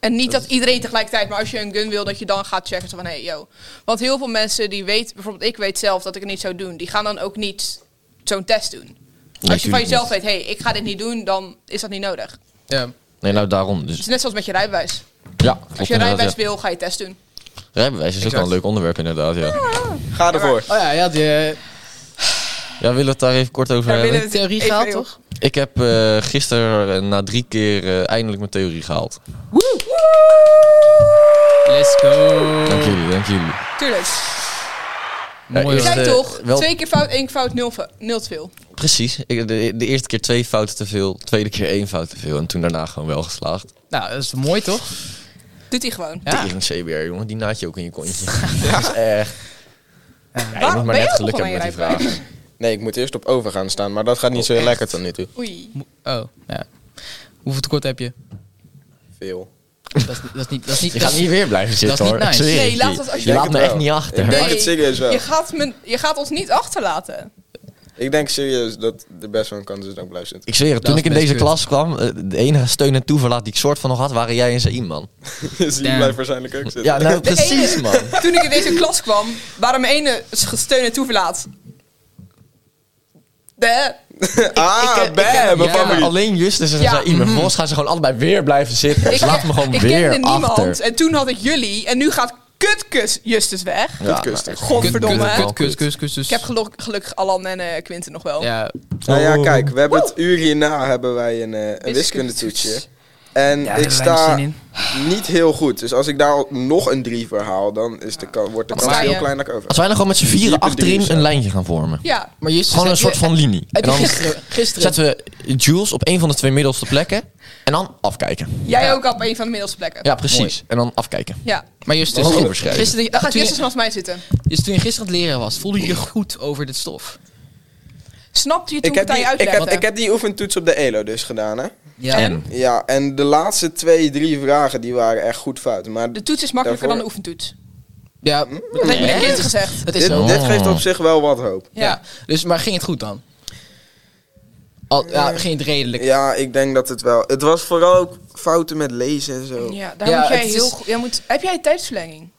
En niet dat iedereen tegelijkertijd, maar als je een gun wil, dat je dan gaat checken zo van hé, hey, yo. Want heel veel mensen die weten, bijvoorbeeld ik weet zelf dat ik het niet zou doen, die gaan dan ook niet zo'n test doen. als je van tuurlijk jezelf niet. weet, hé, hey, ik ga dit niet doen, dan is dat niet nodig. Het Ja. Nee, nou daarom. Dus is net zoals met je rijbewijs. ja, klopt als je inderdaad, rijbewijs ja. wil, ga je test doen. Rijbewijs is ook wel een leuk onderwerp inderdaad, ja. Ga ervoor. Oh ja, ja die, Ja, willen we het daar even kort over Daar hebben? willen we het theorie even gehaald, heel- toch? Ik heb eh, gisteren eh, na drie keer eh, eindelijk mijn theorie gehaald. Let's go. Dank jullie, dank jullie. Tuurlijk. Ja, Mooi eerst, hoor. Kijk eh, toch, wel- twee keer fout, één keer fout, nul, fa- nul te veel. Precies. Ik, de, de eerste keer twee fouten te veel, tweede keer één fout te veel en toen daarna gewoon wel geslaagd. Nou, dat is mooi toch? Doet hij gewoon. Ja. Tering CBR, jongen, die naad je ook in je [LAUGHS] kontje. Dat is echt. Ja, je Waarom moet ben maar je net ook geluk nog hebben met die aan je vraag. Nee, ik moet eerst op over gaan staan, maar dat gaat Oh, niet zo heel lekker tot nu toe. Oei. Mo- Oh, ja. Hoeveel tekort heb je? Veel. Dat is, dat is niet... Dat is niet Je dat gaat is- niet weer blijven zitten niet hoor. nice. Ik zweer Nee, het laat ons je. alsjeblieft- Je laat me Ik echt niet achter. denk het serieus wel. Je gaat, me, je gaat ons niet achterlaten. Ik denk serieus dat er best wel een kans is dat ik blijf zitten. Ik zweer het, toen is ik in best deze kut. klas kwam, eh, de enige steun en toeverlaat die ik soort van nog had, waren jij en Zaim, man. [LAUGHS] dus die Damn. blijft waarschijnlijk ook zitten. [LAUGHS] Ja, nou precies, enige- man. [LAUGHS] Toen ik in deze klas kwam, waren mijn ene steun en toeverlaat. De, ah, ik- ik- bam, ik- mijn Ja, maar favoriet. alleen Justus en Ja, Zaim. En mhm. vervolgens gaan ze gewoon allebei weer blijven zitten. Dus ik, laat me gewoon ik weer kende niemand achter. en toen had ik jullie en nu gaat kutkus Justus weg. Ja, Kutkus toch? Godverdomme. Kut, hè? kut, kut, kut, kut, dus- Ik heb gelo- gelukkig Alan en eh, Quinten nog wel. Ja. Nou ja, kijk, we hebben het uur hierna hebben wij een, eh, een wiskundetoetje. En Ja, daar ik hebben wij sta geen zin niet heel goed. Dus als ik daar al nog een 3 verhaal, dan is de kan, wordt de Wat kans sta heel je? klein dat ik over. Als wij dan gewoon met z'n vieren Diepe achterin drieën. een lijntje gaan vormen. Ja, Maar Justus, Gewoon een heb soort je- van linie. heb En [LAUGHS] je dan gisteren, gisteren zetten we Jules op een van de twee middelste plekken. En dan afkijken. jij Ja. ook op een van de middelste plekken. Ja, precies. En dan afkijken. Ja. Dus Maar Justus, Waarom? gisteren, gisteren, Dan gaat toen, je, Justus naast mij zitten. Justus, toen je gisteren aan het leren was, voelde je je goed over dit stof? Snapte je toen Ik heb, wat die, hij ik, uitlegde? heb, ik heb die oefentoets op de ELO dus gedaan, hè? Ja. En? Ja, en de laatste twee, drie vragen, die waren echt goed fout. Maar De toets is makkelijker Daarvoor- dan de oefentoets. Ja. Dat heb je een kind gezegd. Dat is dit, zo. Oh. dit geeft op zich wel wat hoop. Ja. Dus, maar ging het goed dan? Al, ja, ging het redelijk? Ja, ik denk dat het wel... Het was vooral ook fouten met lezen en zo. Ja, daar Ja, moet jij het is- heel goed... jij moet- Heb jij tijdsverlenging?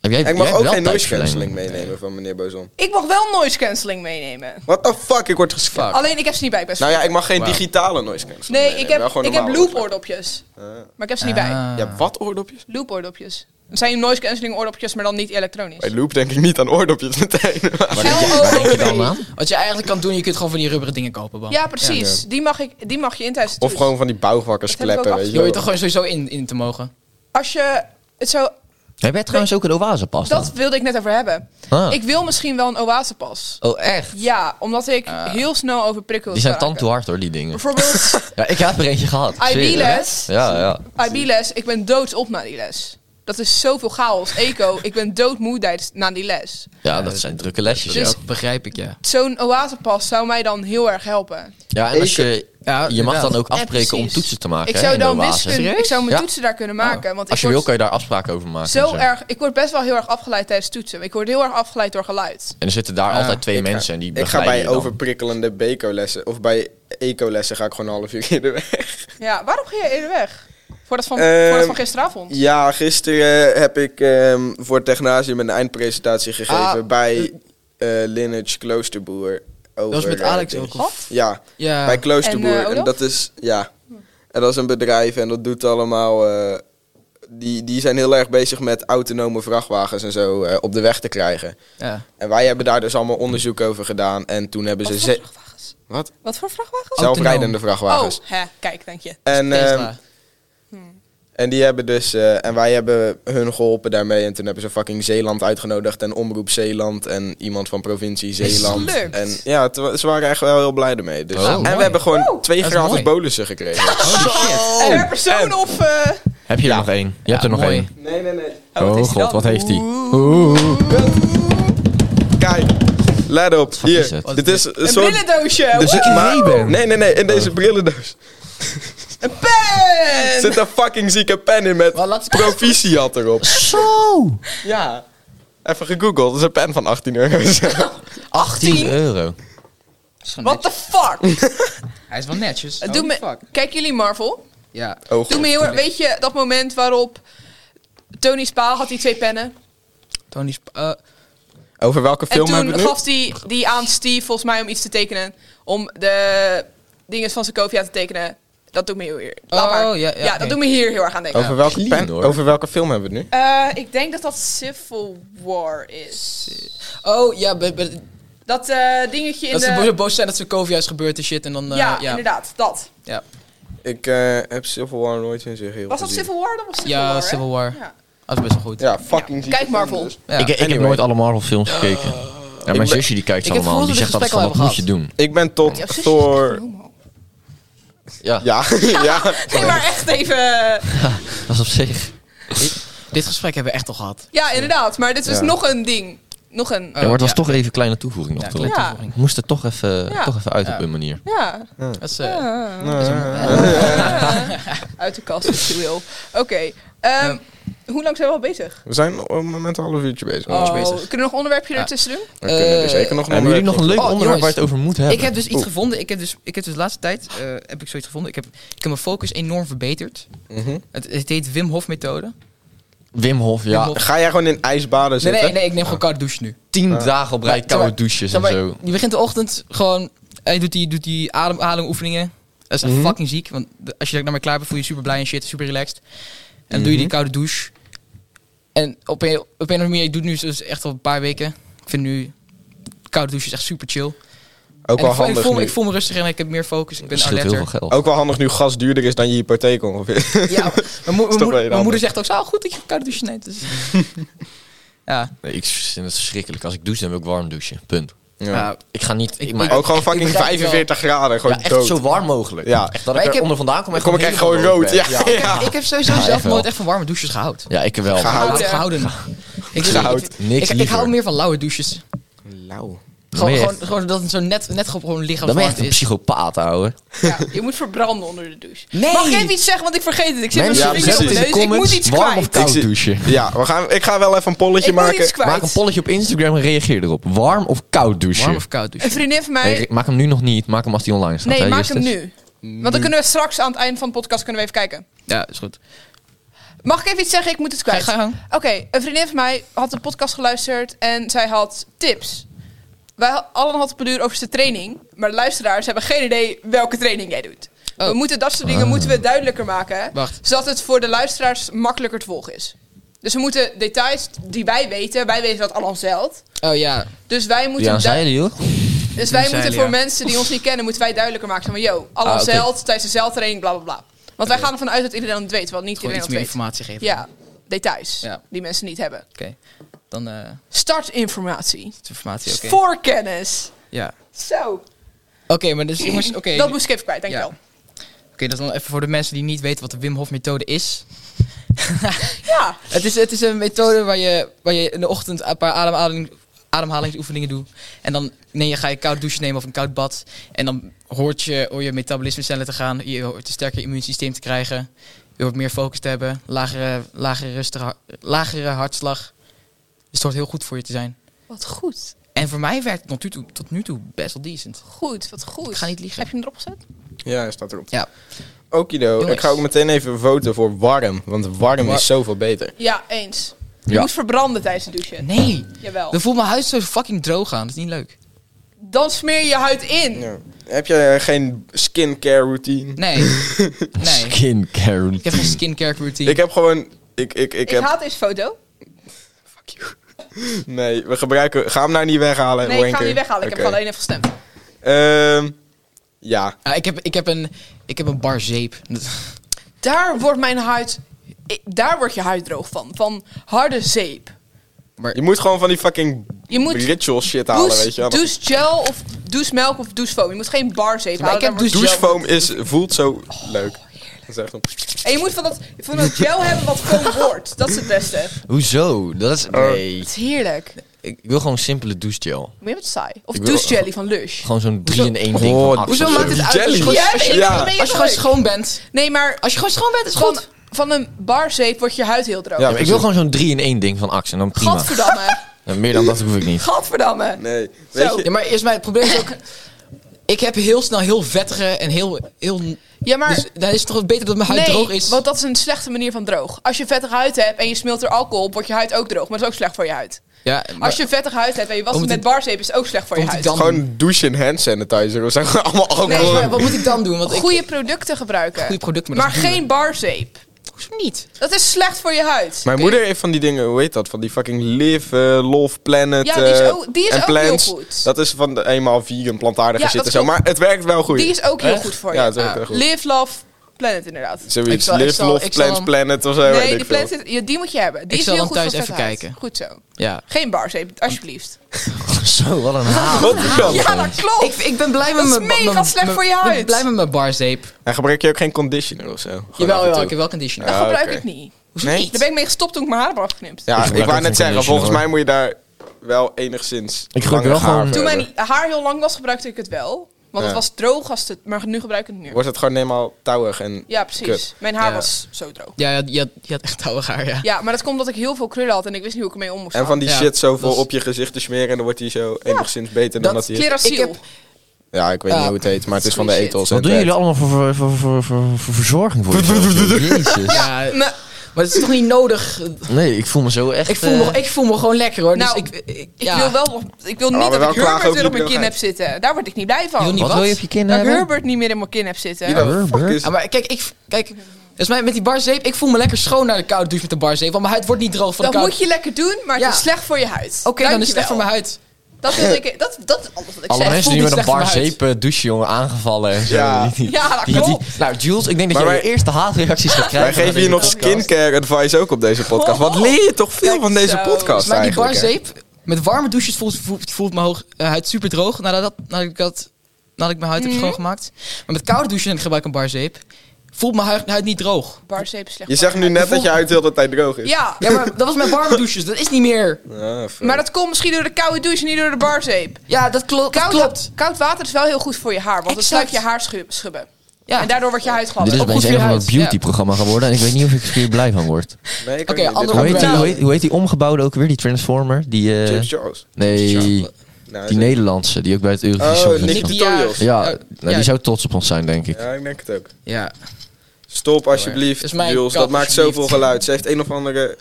Heb jij, Ik mag jij ook wel geen noise tijdverlenging. cancelling meenemen van meneer Bozon. Ik mag wel noise cancelling meenemen. What the fuck, ik word geschapt. Fuck. Alleen ik heb ze niet bij best. Nou ja, ik mag geen digitale noise cancelling nee, ik meenemen, heb, wel gewoon ik heb normale loop oordopjes. oordopjes. Ah. Maar ik heb ze niet bij. Ah. Je hebt wat oordopjes? Loop oordopjes. Dat zijn noise cancelling oordopjes, maar dan niet elektronisch. Bij loop denk ik niet aan oordopjes [LAUGHS] meteen. Dan L-O-O-P. aan? Wat je eigenlijk kan doen, je kunt gewoon van die rubberen dingen kopen. Bam. Ja, precies. Die, mag ik, die mag je in tijdens de Of toets. gewoon van die bouwvakkerskleppen, Dat heb ik ook weet Je je hoort wel. toch gewoon sowieso in, in te mogen. Als je... Het zou, Heb jij trouwens ook een oase pas dat wilde ik net over hebben. Ah. Ik wil misschien wel een oasepas. Oh, echt? Ja, omdat ik heel snel over prikkels Die zijn raak. tand toe hard hoor, die dingen. Bijvoorbeeld [LAUGHS] Ja, ik heb er eentje gehad. ik zweer het. IB-les. Ja, ja. IB-les, ik ben dood op na die les. Dat is zoveel chaos. Eco, ik ben doodmoe tijdens- na die les. Ja, dat zijn drukke lesjes. Dus- ja. Dat begrijp ik, ja. Zo'n oasepas zou mij dan heel erg helpen. Ja, en als je, Ja, je mag inderdaad. dan ook Ja, afspreken om precies. Oh. toetsen te maken. Ik hè, zou in de dan oase. wiskunde, ik zou mijn Ja. toetsen daar kunnen maken. Want Als ik je wil word kan je daar afspraken over maken. en zo erg, ik word best wel heel erg afgeleid tijdens toetsen. Ik word heel erg afgeleid door geluid. En er zitten daar Ja. altijd twee ga- mensen en die Ik ga begeleiden bij je dan. overprikkelende beco-lessen, of bij eco-lessen ga ik gewoon een half uur in de weg. Ja, waarom ging je eerder weg? Voor dat van, Ehm, voor dat van gisteravond? Ja, gymnasium. gisteren heb ik ehm, voor Technasium een eindpresentatie gegeven Ah, bij eh Lineage Kloosterboer. Over, Dat was met eh, Alex dingen. ook. Wat? of- Ja, Ja. bij Kloosterboer. En, eh, En, Olaf? dat is, ja. En dat is een bedrijf en dat doet allemaal. eh, die, die zijn heel erg bezig met autonome vrachtwagens en zo eh, op de weg te krijgen. ja. En wij hebben daar dus allemaal onderzoek over gedaan. En toen hebben ze. Wat voor ze- vrachtwagens? Wat? Wat voor vrachtwagens? Zelfrijdende Oh, vrachtwagens. hè, kijk, dank je. En, ehm, Tesla. en die hebben dus. eh, en wij hebben hun geholpen daarmee. En toen hebben ze fucking Zeeland uitgenodigd. En Omroep Zeeland. En iemand van provincie Zeeland. gelukt? En ja, het wa- ze waren echt wel heel blij ermee. Dus. Oh, en mooi. we hebben gewoon twee Dat is gratis mooi. bolussen gekregen. [LAUGHS] Oh, Per persoon of... eh, Heb je er nog één? Je hebt er nog mooi. één. Nee, nee, nee. Oh, god, wat heeft hij? Kijk, let op. Hier, is het? Dus dit is een een soort... brillendoosje. Er zit Woe! maar- Nee, nee, nee, in deze Oh. brillendoos Een pen! zit een fucking zieke pen in met Wel, laat- proficiat erop. Zo! Ja. Even gegoogeld, dat is een pen van 18 euro. 18 euro. is gewoon What the netjes. fuck? Oh, Hij is wel netjes. Het Oh, doet me... fuck. Kijken jullie Marvel? Ja. Oh, God. Doe me heel erg, weet je, dat moment waarop Tony Spaal had die twee pennen. Tony Sp- eh, Over welke En film hebben toen we het gaf hij die aan Steve, volgens mij, om iets te tekenen. Om de dingen van Sokovia te tekenen. Dat doet me heel erg. Laat Oh, maar. ja, ja, oké. dat doet me hier heel erg aan nu? denken. Over welke, clean, pen- hoor. over welke film hebben we het nu? Eh, ik denk dat dat Civil War is. oh, ja, be- be- Dat eh, dingetje in dat de... ze bo- boos zijn dat Sokovia is gebeurd en shit. En dan, eh, ja, ja, inderdaad, dat. Ja. Ik eh, heb Civil War nooit in zich heel Was dat gezien. Civil War? Dat was Civil Ja, War, hè? Civil War. Oh, Ja. Dat is best wel goed. Ja, fucking zieke Kijk film Marvel. dus. Ja. Ik, ik heb Anyway. nooit alle Marvel films gekeken. Ja, mijn ben- zusje die Ik kijkt ze heb het allemaal. gevoel dat we Die zegt altijd van, gesprek wat al moet je hebben doen? Ik ben tot Jouw zusje is Thor... [LAUGHS] echt een homo. Ja, Ja, [LAUGHS] ja. Nee, maar echt even... eh, dat is op zich. Dit gesprek hebben we echt al gehad. Ja, inderdaad. Maar dit was Ja. nog een ding. Nog een... Ja, maar dat was ja. toch even een kleine toevoeging nog. Ja, erop. kleine toevoeging. Ik moest er toch even, Ja. toch even uit Ja. op een manier. Ja. Dat is, eh, Uit de kast, als je wil. Oké. ehm, Hoe lang zijn we al bezig? We zijn op het moment een half uurtje bezig. Oh. bezig. Kunnen we nog een onderwerpje ertussen doen? We kunnen er Eh, zeker nog een Hebben jullie nog een leuk Oh, onderwerp waar jongens. je het over moet hebben? Ik heb dus iets Oeh. gevonden. Ik heb dus, ik heb dus de laatste tijd eh, heb ik zoiets gevonden. Ik heb, ik heb mijn focus enorm verbeterd. Mhm. Het, het heet Wim Hof methode. Wim Hof, ja. Wim Hof. Ga jij gewoon in ijsbaden Nee, zitten? nee, nee, ik neem gewoon koude douche nu. Tien dagen op rij Maar- zeg koude maar- douches Zeg en maar, zo. Je begint de ochtend gewoon. En je doet die, doet die ademhaling oefeningen. Dat is echt Mhm. fucking ziek. Want de- als je daar nou maar klaar bent, voel je je super blij en shit, super relaxed. En dan doe je Mhm. die koude douche. En op een, op een of andere manier, ik doe het nu dus echt al een paar weken. Ik vind nu koude douches echt super chill. Ook En wel ik, voel, ik, handig voel, me- nu. ik voel me rustiger en ik heb meer focus. Ik Het ben scheelt heel alerter. veel geld. Ook wel handig nu gas duurder is dan je hypotheek ongeveer. [LAUGHS] Ja, wel mijn, mo- mijn, moeder- heel mijn handig. moeder zegt ook zo, "Ah, goed dat je koude douche [LAUGHS] neemt. Dus. ja, Nee, ik vind het verschrikkelijk. Als ik douche, dan wil ik warm douchen. Punt. Ja. ja. Ik ga niet... Ik, maar, ook gewoon fucking begrijp het wel. 45 graden, gewoon ja, echt dood. zo warm mogelijk. Ja. Echt dat Maar ik ik er heb- onder vandaan kom. Dan kom ik echt gewoon helemaal rood. ben. Ja, ja. Ik heb sowieso zelf echt wel. nooit echt van warme douches gehouden. Ja, ik wel. Ga- Gehouden. Gehouden. Ik, Gehouden. Ik, Niks ik, ik, liever. hou meer van lauwe douches. Lauw. ben Gewoon, je gewoon, echt- gewoon dat het zo net, net gewoon gewoon lichaam Dan ben je echt een is. psychopaat, ouwe. Ja, je moet verbranden onder de douche. Nee! Mag ik even iets zeggen? Want ik vergeet het. Ik zit Mensen, Ja, met zet mijn het vinger in op de mijn neus. Ik moet iets comments. Warm kwijt. of koud douchen? Ja, we gaan, ik ga wel even een polletje Ik moet maken. iets kwijt. Maak een polletje op Instagram en reageer erop. Warm of koud douchen? Warm of koud douche. Een vriendin van mij... Nee, re- maak hem nu nog niet. Maak hem als die online staat. nee, hè, maak Justus? hem nu. Want dan kunnen we straks aan het einde van de podcast kunnen we even kijken. Ja, is goed. Mag ik even iets zeggen? Ik moet het kwijt. Ga je gang. Oké, een vriendin van mij had een podcast geluisterd en zij had tips. Wij ha- allen hadden het beduur over zijn training, maar de luisteraars hebben geen idee welke training jij doet. Oh. We moeten dat soort dingen moeten Ah. we duidelijker maken, Wacht. zodat het voor de luisteraars makkelijker te volgen is. Dus we moeten details die wij weten, wij weten wat Alan zelt. Oh ja. Dus wij moeten, Ja, du- zei joh. dus wij moeten Een zeil, voor ja. mensen die ons niet kennen, moeten wij duidelijker maken. Van, yo, Alan Ah, oké. zelt tijdens de zeltraining, bla bla bla. Want wij gaan ervan uit dat iedereen het weet, want niet Gewoon iets meer iedereen dat weet. informatie geven. Ja, details Ja. die mensen niet hebben. Oké. Dan eh Startinformatie. informatie, oké. Voorkennis. Ja. Zo. Oké, maar dus jongens, oké. Dat moest ik even kwijt, dankjewel. Ja. Oké, dat is dan even voor de mensen die niet weten wat de Wim Hof methode is. Ja. Het is, het is een methode waar je, waar je in de ochtend een paar ademhaling, ademhalingsoefeningen doet. En dan nee, je ga je koud douche nemen of een koud bad. En dan hoort je, hoor je metabolisme sneller te gaan. Je hoort een sterker immuunsysteem te krijgen. Je hoort meer focus te hebben. Lagere, lagere, rustige, har- lagere hartslag. Dus het hoort heel goed voor je te zijn. Wat goed. En voor mij werkt het tot nu toe, tot nu toe best wel decent. Goed, wat goed. Ik ga niet liegen. Heb je hem erop gezet? Ja, hij staat erop. Ja. Okido, Jongens. ik ga ook meteen even voten voor warm. Want warm Wa- is zoveel beter. Ja, eens. Je Ja. moet verbranden tijdens het douchen. Nee! Jawel. Dan voelt mijn huid zo fucking droog aan. Dat is niet leuk. Dan smeer je je huid in. Ja. Heb je eh, geen skincare routine? Nee. Nee. Skincare routine. Ik heb geen skincare routine. Ik heb gewoon... Ik, ik, ik Ik, heb... haat deze foto. Nee, we gebruiken... Ga hem nou niet weghalen. Nee, ik ga Wenke. hem niet weghalen. Ik heb Oké. gewoon alleen even gestemd. Ehm, ja. Ja, Ah, ik, heb, ik, heb een, ik heb een bar [LAUGHS] zeep. Dat- Daar wordt mijn huid... ik- Daar wordt je huid droog van. Van harde zeep. Je moet gewoon van die fucking Je moet ritual shit halen, weet Douche, je wel. douche gel of douchemelk of douchefoam. Je moet geen barzeep Maar ik halen. heb daar wordt- Douchefoam is, voelt zo Oh, leuk. Dat is echt een... En je moet van dat, van dat gel hebben wat foam wordt. Dat is het beste. Hoezo? Dat Eh. is... Nee. Het is heerlijk. Ik wil gewoon een simpele douchegel. Moet je wat saai? Of Ik wil- douche jelly van Lush. Gewoon zo'n 3 in 1 ding Oh, van Axe Hoezo of zo. maakt het uit? Als je, Jelly. gewoon- Ja, als je, nee, ja. dat ben je als je toch gewoon leuk? schoon bent. Nee, maar Als je gewoon schoon bent, is het van, goed. van een barzeep wordt je huid heel droog. Ja, Ja, maar ik wil gewoon zo'n 3 in 1 ding van Axe en dan prima. Gadverdamme. Ja, meer dan dat hoef ik niet. [LAUGHS] Gadverdamme. Nee, Zo. weet je... [LAUGHS] Ja, maar eerst mij, het probleem is ook... Ik heb heel snel heel vettige en heel... heel Ja, maar... dus dan is het toch beter dat mijn huid nee, droog is? want dat is een slechte manier van droog. Als je vettige huid hebt en je smeelt er alcohol op, wordt je huid ook droog. Maar dat is ook slecht voor je huid. ja, maar- Als je vettige huid hebt en je was Wat het moet met ik- barzeep, is het ook slecht voor je wat moet huid. ik dan doen? Gewoon douchen en hand sanitizer. We zijn [LAUGHS] gewoon allemaal Nee, alcohol. Nee, maar wat moet ik dan doen? Want ik, Goede producten gebruiken. goede producten, maar, maar dat is duur. geen barzeep. Hoezo niet? Dat is slecht voor je huid. Mijn moeder heeft van die dingen, hoe heet dat? Van die fucking Live, eh, Love, Planet Ja, die is eh, ook- die is en ook Plants. heel goed. Dat is van de eenmaal vegan, plantaardige Ja, shit en dat zo. klopt. Maar het werkt wel goed. Die is ook heel Echt? goed voor Ja, je. Ah. het werkt wel goed. Live, love, planet inderdaad. Ik Zoiets, zal- ik Live, zal- Love, ik zal Plants, hem- Planet of zo. weet nee, ik die, veel. planet, ja, die moet je hebben. Die Ik is zal heel dan goed voor thuis even vetheid. kijken. Goed zo. Ja. Geen barzeep, alsjeblieft. [LAUGHS] Zo, wat een Ah. haal. Godverdamme. Ja, [LAUGHS] dat klopt. Ik, ik ben blij Dat met is mijn... mega mijn- slecht mijn- voor je huid. Ik ben blij met mijn barzeep. En gebruik je ook geen conditioner of zo? Gewoon af Jawel, en jawel, toe. ik heb wel conditioner. dat Ja, gebruik oké. ik niet. Nee? Daar ben ik mee gestopt toen ik mijn haar heb afgeknipt. Ja, Ik ik wou gebruik ook net zeggen, geen volgens conditioner, mij moet je daar wel enigszins Ik gebruik langer wel haar gewoon- voor Toen hebben. mijn haar heel lang was, gebruikte ik het wel. Want Ja. het was droog, als het, maar nu gebruik ik het niet meer. Wordt het gewoon helemaal touwig en... Ja, precies. Kut. Mijn haar Ja. was zo droog. Ja, je had, je had, je had echt oude haar, ja. Ja, maar dat komt omdat ik heel veel krullen had en ik wist niet hoe ik ermee om moest En van die Ja, shit zoveel dat is- op je gezicht te smeren en dan wordt hij zo enigszins beter dat dan dat hij is. Clearasil. Ik heb- Ja, ik weet Ja. niet hoe het heet, maar het is van de Goeie shit. etels. Wat en doen het jullie allemaal voor, voor, voor, voor, voor, voor [LAUGHS] verzorging voor jezelf, joh? Jezus. Ja, Nou, maar het is toch niet nodig? Nee, ik voel me zo echt... Ik voel, me, eh, ik voel me gewoon lekker, hoor. Nou, dus ik, ik, ik ja. wil wel, ik wil Oh, Maar niet we wel dat ik klagen Herbert over weer die op mijn kin droogheid. heb zitten. Daar word ik niet blij Je wil van. niet- Wat Wat? wil je op je kin dat ik hebben? Herbert niet meer in mijn kin heb zitten. Ja, Ja, fuck bro. is- Ja, maar kijk, ik, kijk dus mij, met die barzeep, ik voel me lekker schoon naar de koude douche met de barzeep. Want mijn huid wordt niet droog van dat de koude... moet je lekker doen, maar het Ja. is slecht voor je huid. Oké, dan is het echt voor mijn huid. Dat wilde ik... Dat, dat is alles wat ik Alle zeg. mensen voel die niet met een slecht bar van mijn zeep eh, douchen, jongen, aangevallen en zo. Ja. Die- die- Ja, dat die- die- klopt. nou, Jules, ik denk dat Maar jij wij- de eerste haatreacties gaat krijgen. Wij geven van hier nog deze podcast. skincare advice ook op deze podcast. Wat leer je toch veel Kijk van deze zo. podcast Maar die eigenlijk? hè? barzeep, met warme douches voelt, voelt, voelt mijn hoog, eh, huid super droog nadat, dat- nadat, ik dat, nadat ik mijn huid heb schoongemaakt. Maar met koude douchen en gebruik een barzeep voelt mijn huid, huid niet droog. Barzeep is slecht Je voor zegt nu net dat je huid heel de tijd droog is. [LAUGHS] Ja, Ja, maar dat was met warme douches, dat is niet meer. Ah, fuck. maar dat komt misschien door de koude douche, niet door de barzeep. Ja, dat, klo- dat Koud, klopt. koud water is wel heel goed voor je haar, want Exact. het sluit je haar schu- schubben. Ja. En daardoor wordt je huid Dit gladder. is Op opeens goed een of weer ander uit, ja. beautyprogramma geworden en ik weet niet of ik hier blij van word. Nee, ik Oké, ook niet. ander Dit Hoe heet, gaat die, wel. hoe, heet, hoe heet die omgebouwde ook weer, die Transformer? Die, eh, James Charles. nee, Nou, die is- Nederlandse, die ook bij het Eurovisie Oh, Songfestival- Nick Nick Tutorials. de Ja, Ja, nou, ja. die zou trots op ons zijn, denk ik. Ja, ik denk het ook. Ja. Stop alsjeblieft, Dus mijn Jules. kat, Dat maakt alsjeblieft. zoveel geluid. Ze heeft een of andere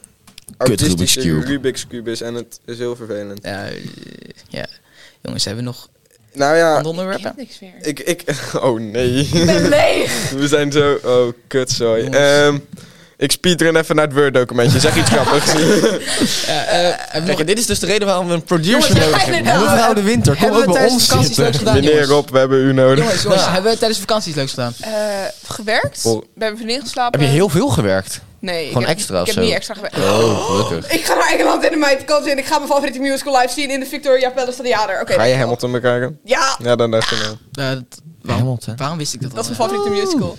Rubik's autistische Cube. Rubik's Cubus en het is heel vervelend. Ja, eh, ja. Jongens, hebben we nog Nou ja, andere Ik heb onderwerpen? niks meer. ik... ik [LAUGHS] oh nee. Ik ben leeg. We zijn zo... Oh, kutzooi. Jongens. Ehm ik speedrun even naar het Word-documentje. Zeg iets [LAUGHS] grappigs. Ja, eh, hebben we nog- dit is dus de reden waarom we een Jongens, producer ja, nodig hebben. inderdaad. Mevrouw de Winter, kom Hebben we ook bij tijdens ons vakanties zitten. leuks gedaan, Meneer jongens? Rob, we hebben u nodig. Jongens, [LAUGHS] jongens, hebben we tijdens vakanties leuks gedaan? Eh, gewerkt? Oh. Bij mijn vriendin geslapen? Heb je heel veel gewerkt? Nee. Gewoon ik heb, extra Ik of heb zo? niet extra gewerkt. [LAUGHS] Oh, gelukkig. Ik ga naar Engeland in de meidenvakantie en ik ga mijn favoriete musical live zien in de Victoria Palace Theater. Oké. Ga je dat- Hamilton bekijken? Ja, Ja, dan dacht ik Ah, nou. Eh, dat- waarom, Hamilton. waarom wist ik dat dat is al? mijn favoriete musical.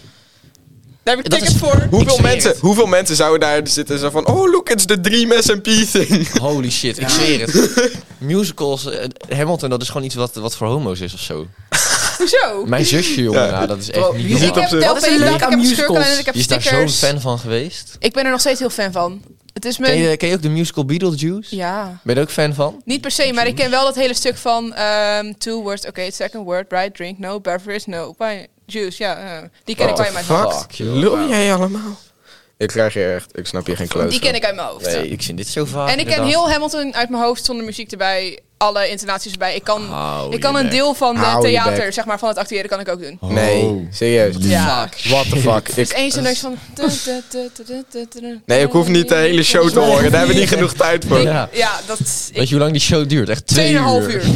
Daar heb ik Dat tickets is- [LAUGHS] voor. Hoeveel zweer mensen, het. hoeveel mensen zouden daar zitten zo van... Oh, look, it's the Dream S&P thing. Holy shit, ik zweer het. Musicals, eh, Hamilton, dat is gewoon iets wat, wat voor homo's is of zo. Hoezo? Mijn zusje, jongen, nou, dat is echt niet ziet Ik normaal. op heb z'n- Wat is er telpen, ik leuk aan heb een musicals? schurken en ik heb Je is daar zo'n stickers. fan van geweest. Ik ben er nog steeds heel fan van. Het is Ken mijn... je, ken je ook de musical Beetlejuice? Ja. Ben je er ook fan van? Niet per se, maar ik ken wel dat hele stuk van... ehm, two words, oké, second word, right, drink, no, beverage, no, wine, juice. Ja, eh, die ken ik What bij the mijn hoofd. fuck, joh. Lul jij allemaal? Ik krijg je echt... Ik snap hier geen kloot Die van. ken ik uit mijn hoofd. Nee, ik zie dit zo vaak. En ik ken heel Hamilton uit mijn hoofd zonder muziek erbij. Alle intonaties erbij. Ik kan, Hou ik kan je een bek. Oh. deel van de Hou je theater, bek. zeg maar, van het acteren kan ik ook doen. Nee, serieus. Ja. What the fuck. Dus Ik, één zo'n neus van... [LAUGHS] nee, ik hoef niet de hele show te horen. Daar hebben we niet genoeg tijd voor. Ja. [LAUGHS] Ja, dat... Weet je hoe lang die show duurt? Echt twee uur. 2,5 uur.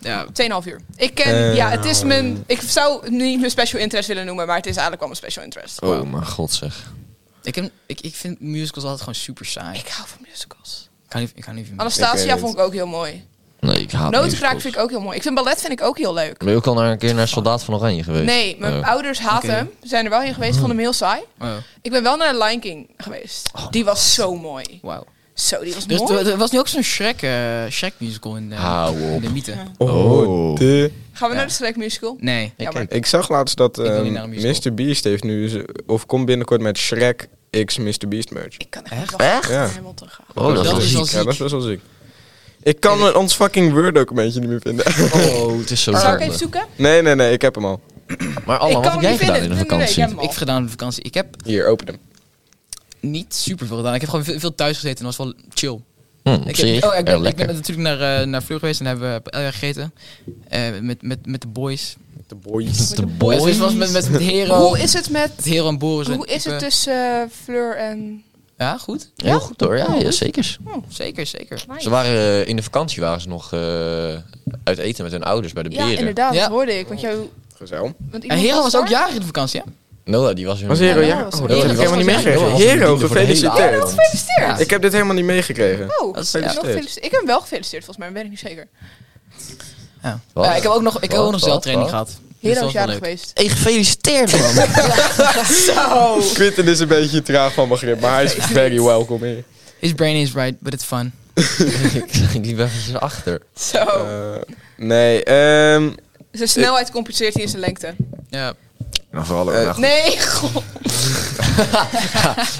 Ja, 2,5 uur. Ik ken, Eh, ja, het is mijn. Ik zou het niet mijn special interest willen noemen, maar het is eigenlijk wel mijn special interest. Oh mijn god zeg. ik, heb, ik, ik vind musicals altijd gewoon super saai. Ik hou van musicals. Ik kan niet, ik kan niet van Ik Anastasia weet vond ik ook heel mooi. Nee, ik haat Noodkraak Ah, musicals. vind ik ook heel mooi. Ik vind ballet vind ik ook heel leuk. Ben je ook al naar een keer naar Soldaat van Oranje geweest? Nee, mijn Oh. ouders haten Oké. hem. Ze zijn er wel in geweest, vonden hem heel saai. Oh, Ik ben wel naar Lion King geweest. die was zo mooi. wauw. Zo, die was Oh, Dus mooi. er, er was nu ook zo'n Shrek, eh, Shrek musical in, eh, Hou in op. de mythe. Oh, de- Gaan we naar de Shrek musical? Nee. Ja, maar- Ik zag laatst dat wil ehm, niet naar een musical. Mr. Beast heeft nu... z- Of komt binnenkort met Shrek x Mr. Beast merch. Ik kan echt, niet wachten om naar Hamilton gaan. Oh, dat, Dat is is ziek. wel Ja, ziek. dat is best wel ziek. Ik kan een- ons fucking Word-documentje niet meer vinden. [LAUGHS] Oh, het is zo Zal ik zonde. even zoeken? nee, nee, nee, ik heb hem al. Maar Allan, Ik wat kan heb hem niet jij gedaan vinden. in de Nee, nee, nee, vakantie? ik heb hem Oké, al. Ik heb gedaan op vakantie. Ik heb Hier, open hem. niet super veel gedaan. Ik heb gewoon ve- veel thuis gezeten en dat was wel chill. Hm, Ik, op zich, heb- oh, ik, eh, ben, ik lekker. ben natuurlijk naar, eh, naar Vleur geweest en hebben we paella gegeten. Eh, met, met, met de boys. De boys. de Dus het was [LAUGHS] met, met, met Hero. Hoe is het met... met Hero en Boris. en Hoe is het ik, eh, tussen eh, Fleur en... Ja, goed. Heel goed hoor, ja, ja zeker. Zeker, zeker. Ze waren, eh, in de vakantie waren ze nog eh, uit eten met hun ouders bij de Ja, beren. inderdaad, Ja. dat hoorde ik. Want jou... Gezel. Want En iemand Hero was ook daar? jarig in de vakantie, hè? Noah, die was hun... Was Hero, Ja, ja? dat was Oh, een dat heb ik hele helemaal niet goede meegekregen. avond. Hero, Hero, gefeliciteerd. gefeliciteerd. Ah. Gefeliciteerd! Ik heb dit helemaal niet meegekregen. Oh, Dat ik is- heb wel gefeliciteerd. gefeliciteerd. Ik heb hem wel gefeliciteerd volgens mij, maar weet ik niet zeker. Ja. Wat? Ja, ik heb ook nog, ik heb ook Wat, nog wat, zeiltraining wat? gehad. Dus Hero dat is was wel jarig [LAUGHS] leuk. geweest. Hey, gefeliciteerd man. Zo! Quinten is een beetje traag van begrip, maar hij is very welcome hier. [LAUGHS] His brain is right, but it's fun. [LAUGHS] die was er achter. Zo. Eh, nee, ehm... Zijn snelheid compenseert hier zijn lengte. Ja. Nou, vooral ook Eh, nog. Nee, god.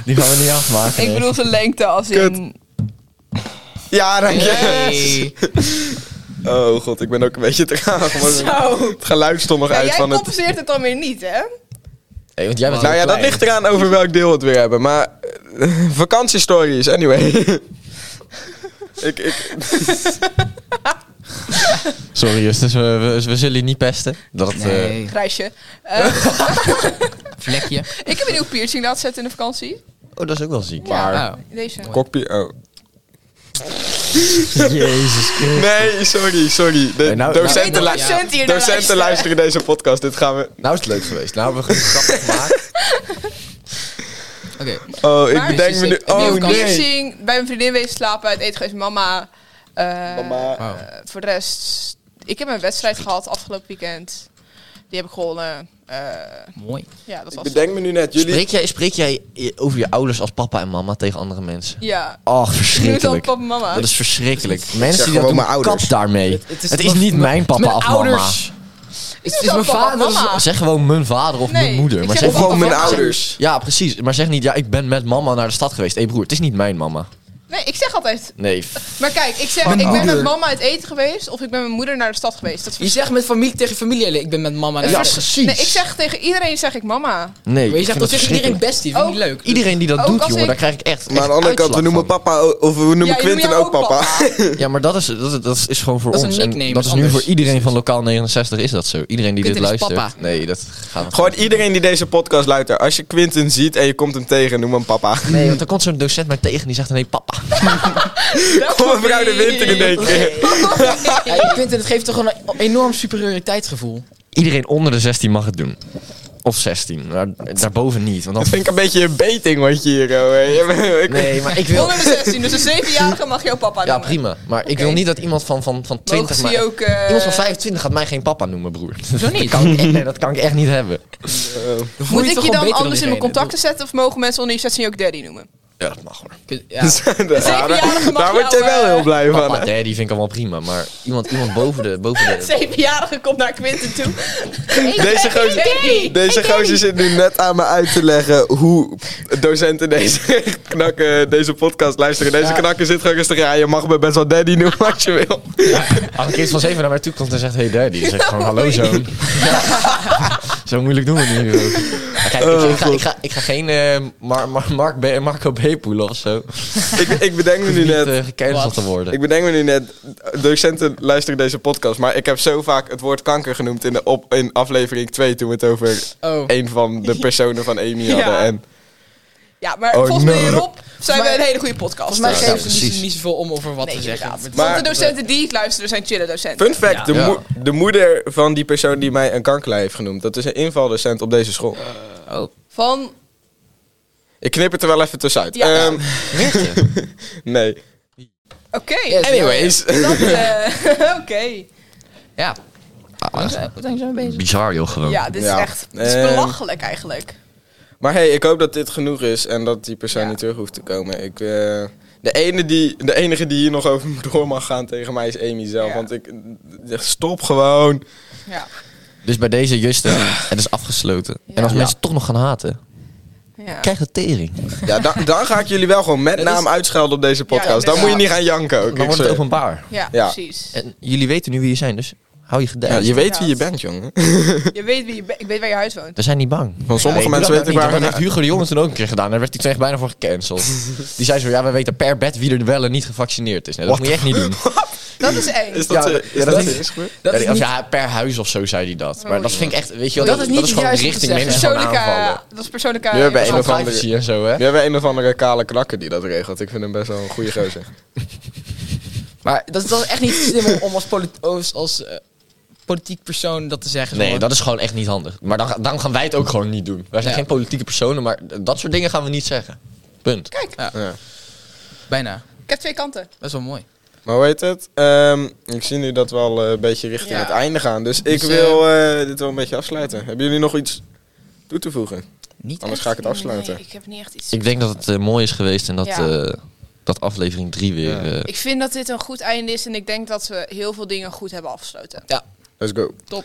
Die gaan we niet afmaken. Ik nee. bedoel zijn lengte als Kut. in... Ja, dank je. Hey. [LAUGHS] Oh god, ik ben ook een beetje traag. maar Zo. Het geluid stond nog Ja, uit jij van het... compenseert het dan weer niet, hè? Hey, want jij bent Nou ja, heel dat klein. ligt eraan over welk deel we het weer hebben. Maar eh, vakantiestories, [LAUGHS] anyway. ik, ik, Sorry Justus, we, we, we zullen je niet pesten. Dat, eh, Nee. Grijsje. Eh, [LAUGHS] Vlekje. ik heb een nieuw piercing laten zetten in de vakantie. Oh, dat is ook wel ziek. Ja. Oh. Deze. kokpie... Oh. [LAUGHS] Jezus Christus. Nee, sorry, sorry. De Nee, nou- Ik weet docenten, dat lu- docenten hier naar docenten luisteren. luisteren deze podcast. Dit gaan we... Nou is het leuk geweest. Nou hebben we een grap [LAUGHS] gemaakt. Oké. Oh, ik Maar- bedenk me nu... Een nieuwe Oh, Nieuwe nee. piercing. Bij mijn vriendin wezen slapen. Uit eten geweest. Mama. eh, Mama. Wauw. eh, voor de rest... Ik heb een wedstrijd gehad afgelopen weekend. Die heb ik gewonnen. Eh, Mooi. ja, dat Ik was bedenk me nu net. Jullie... Spreek jij, spreek jij je- over je ouders als papa en mama tegen andere mensen? Ja. Ik Ach, noem het al verschrikkelijk. papa en mama. Dat is verschrikkelijk. Mensen die gewoon dat doen, mijn ouders. kap daarmee. Het, is, niet mijn papa Mijn of mama. ouders. Het is wel mijn papa, vader. mama. Zeg gewoon mijn vader of Nee, mijn moeder. ik Maar zeg Of zeg gewoon papa mijn en mama. ouders. Ja, precies. Maar zeg niet, ja, ik ben met mama naar de stad geweest. Hé broer, het is niet mijn mama. Nee, ik zeg altijd... Nee. Maar kijk, ik zeg... ik ben met mama uit eten geweest. Of ik ben met mijn moeder naar de stad geweest. Dat is Je zegt met familie tegen familieleden, ik ben met mama. Het naar- vers- precies. Nee, ik zeg tegen iedereen zeg ik mama. Nee, Maar je ik zegt vind dat het tegen iedereen verschrikkelijk. bestie, vind ik niet Ook- leuk. Iedereen die dat Ook doet, als jongen, ik- daar krijg ik Maar echt aan echt de andere kant, we uitslag noemen van. papa... o- Of we noemen Ja, je noemt Quinten jou ook papa. Ja, maar dat is, dat, dat is gewoon voor Dat is ons. een En nickname, dat is is nu anders. voor iedereen van Lokaal 69 is dat zo. Iedereen die Quinten dit is luistert. papa. Nee, dat gaat [LAUGHS] nog Gewoon iedereen die deze podcast luistert. Als je Quinten ziet en je komt hem tegen, noem hem papa. niet. Nee, want dan komt zo'n docent mij tegen en die zegt nee papa. Kom maar mevrouw de winter in één keer. Ja, ik vind het, het geeft toch gewoon een enorm superioriteitsgevoel. Iedereen onder de 16 mag het doen. Of 16, maar daarboven niet. Want dan... Dat vind ik een beetje een beting wat je hier... hoor. [LAUGHS] Ik- Nee, maar ik [LAUGHS] wil... Onder de 16, dus een 7-jarige mag jouw papa Ja, noemen. prima. Maar ik wil niet dat iemand van, van, van Mogen 20... ze je Maar... ook... eh, Iemand van 25 gaat mij geen papa noemen, broer. Zo niet. Kan ik echt- nee, [LAUGHS] dat kan ik echt niet hebben. Moet ik Voel toch je gewoon dan beter anders in mijn iedereen? contacten zetten of mogen mensen onder je 16 je ook daddy noemen? Ja, dat mag hoor. Ja. Nou, [LAUGHS] Ja, Zevenjarige daar, mag daar word jij jou, wel eh, heel blij Papa, van. hè? daddy vind ik allemaal prima. Maar iemand, iemand boven de... [LAUGHS] Boven de... 7-jarige komt naar Quinten toe. Deze gozer, deze gozer zit nu net aan me uit te leggen hoe docenten deze [LAUGHS] knakken, deze podcast luisteren. Deze knakken zit gewoon rustig. Ja, je mag me best wel daddy noemen als je [LAUGHS] wil. Als een kind van 7 naar mij toe komt en zegt hey daddy. Dan zeg ik gewoon hallo zoon. Zo moeilijk doen we het nu ook. Kijk, ik, ik, ga, ik, ga, ik ga geen eh, Mar- Mar- Mark B- Marco B. poelen of zo. Ik, ik bedenk me nu Niet net. eh, gecanceld Wat? te worden. Ik bedenk me nu net, docenten luisteren deze podcast, maar ik heb zo vaak het woord kanker genoemd in, de op, in aflevering 2 toen we het over Oh. een van de personen van Amy Ja. hadden. En Ja, maar Oh, volgens mij no. hierop zijn we Volgens mij- een hele goede podcast. Volgens mij Ja, geven ze niet, precies. niet zoveel om over wat Nee, we zeggen. inderdaad. Maar- Want de docenten die ik luisteren zijn chille docenten. fun fact, de, Ja. moe- de moeder van die persoon die mij een kankerlijn heeft genoemd, dat is een invaldocent op deze school. Van, Ik knip het er wel even tussenuit. Ja, ja. [LAUGHS] Ehm, [LAUGHS] nee. oké. Anyways. Dat, eh, [LAUGHS] Oké. Ja. Ah, Wat zijn we bezig? Bizar joh gewoon. Ja, dit is Oh. Ja. echt dit is Eh. belachelijk eigenlijk. Maar hey, ik hoop dat dit genoeg is en dat die persoon Ja. niet terug hoeft te komen. Ik, eh, de, ene die, de enige die hier nog over [LAUGHS] door mag gaan tegen mij is Amy zelf. Ja. Want ik. eh, Stop gewoon. Ja. Dus bij deze Justin, het is afgesloten. En als Ja. mensen toch nog gaan haten, Ja. Krijg de tering. Ja, dan, [LAUGHS] dan ga ik jullie wel gewoon met naam uitschelden op deze podcast. dan inderdaad. moet je niet gaan janken ook. Dan ik wordt het zweer. openbaar. Ja, Ja. precies. En jullie weten nu wie je zijn, dus hou je gedijs. Ja, je weet wie je inderdaad. bent, jongen. [LAUGHS] Je weet wie je bent. Ik weet waar je huis woont. We zijn niet bang. Van sommige mensen Nee, doe dat weten nou waar niet. Dat heeft hun... Hugo de Jonge toen ook een keer gedaan. Daar werd hij toen echt bijna voor gecanceld. Die zei zo, ja, we weten per bed wie er wel en niet gevaccineerd is. Nee, dat What moet je echt niet doen. Dat is eng. Is dat, Ja, eh, is ja, dat, dat is is- Dat ja, is of niet- ja, per huis of zo zei hij dat. Maar Oh, dat ja. vind ik echt, weet je wel, Dat dat, is dat, niet is gewoon juist om te richting mensen zeggen. gewoon Persoonlijke, aanvallen. dat is persoonlijke Je bent aanval. een of andere- Privacy en zo, hè. We hebben een of andere kale klakker die dat regelt. Ik vind hem best wel een goede [LAUGHS] gozer. Maar dat is, dat is echt niet slim om, om als, polit- als, als eh, politiek persoon dat te zeggen. Nee, Zo. dat is gewoon echt niet handig. Maar dan, dan gaan wij het ook gewoon niet doen. Wij zijn Ja. geen politieke personen, maar dat soort dingen gaan we niet zeggen. Punt. Kijk, Ja. Bijna. ik heb twee kanten. Dat is wel mooi. Maar hoe heet het? Ehm, ik zie nu dat we al eh, een beetje richting Ja. het einde gaan. Dus ik Dus, wil eh, dit wel een beetje afsluiten. Hebben jullie nog iets toe te voegen? Niet Anders ga ik het afsluiten. Nee, ik heb niet echt iets. Ik denk dat het eh, mooi is geweest en dat, Ja. eh, dat aflevering 3 weer... Ja. eh, Ik vind dat dit een goed einde is en ik denk dat we heel veel dingen goed hebben afgesloten. Let's go. Top.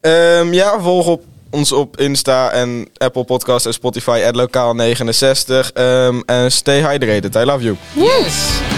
Ehm, ja, volg op, ons op Insta en Apple Podcast en Spotify at lokaal69. Ehm, en stay hydrated. I love you. Yes!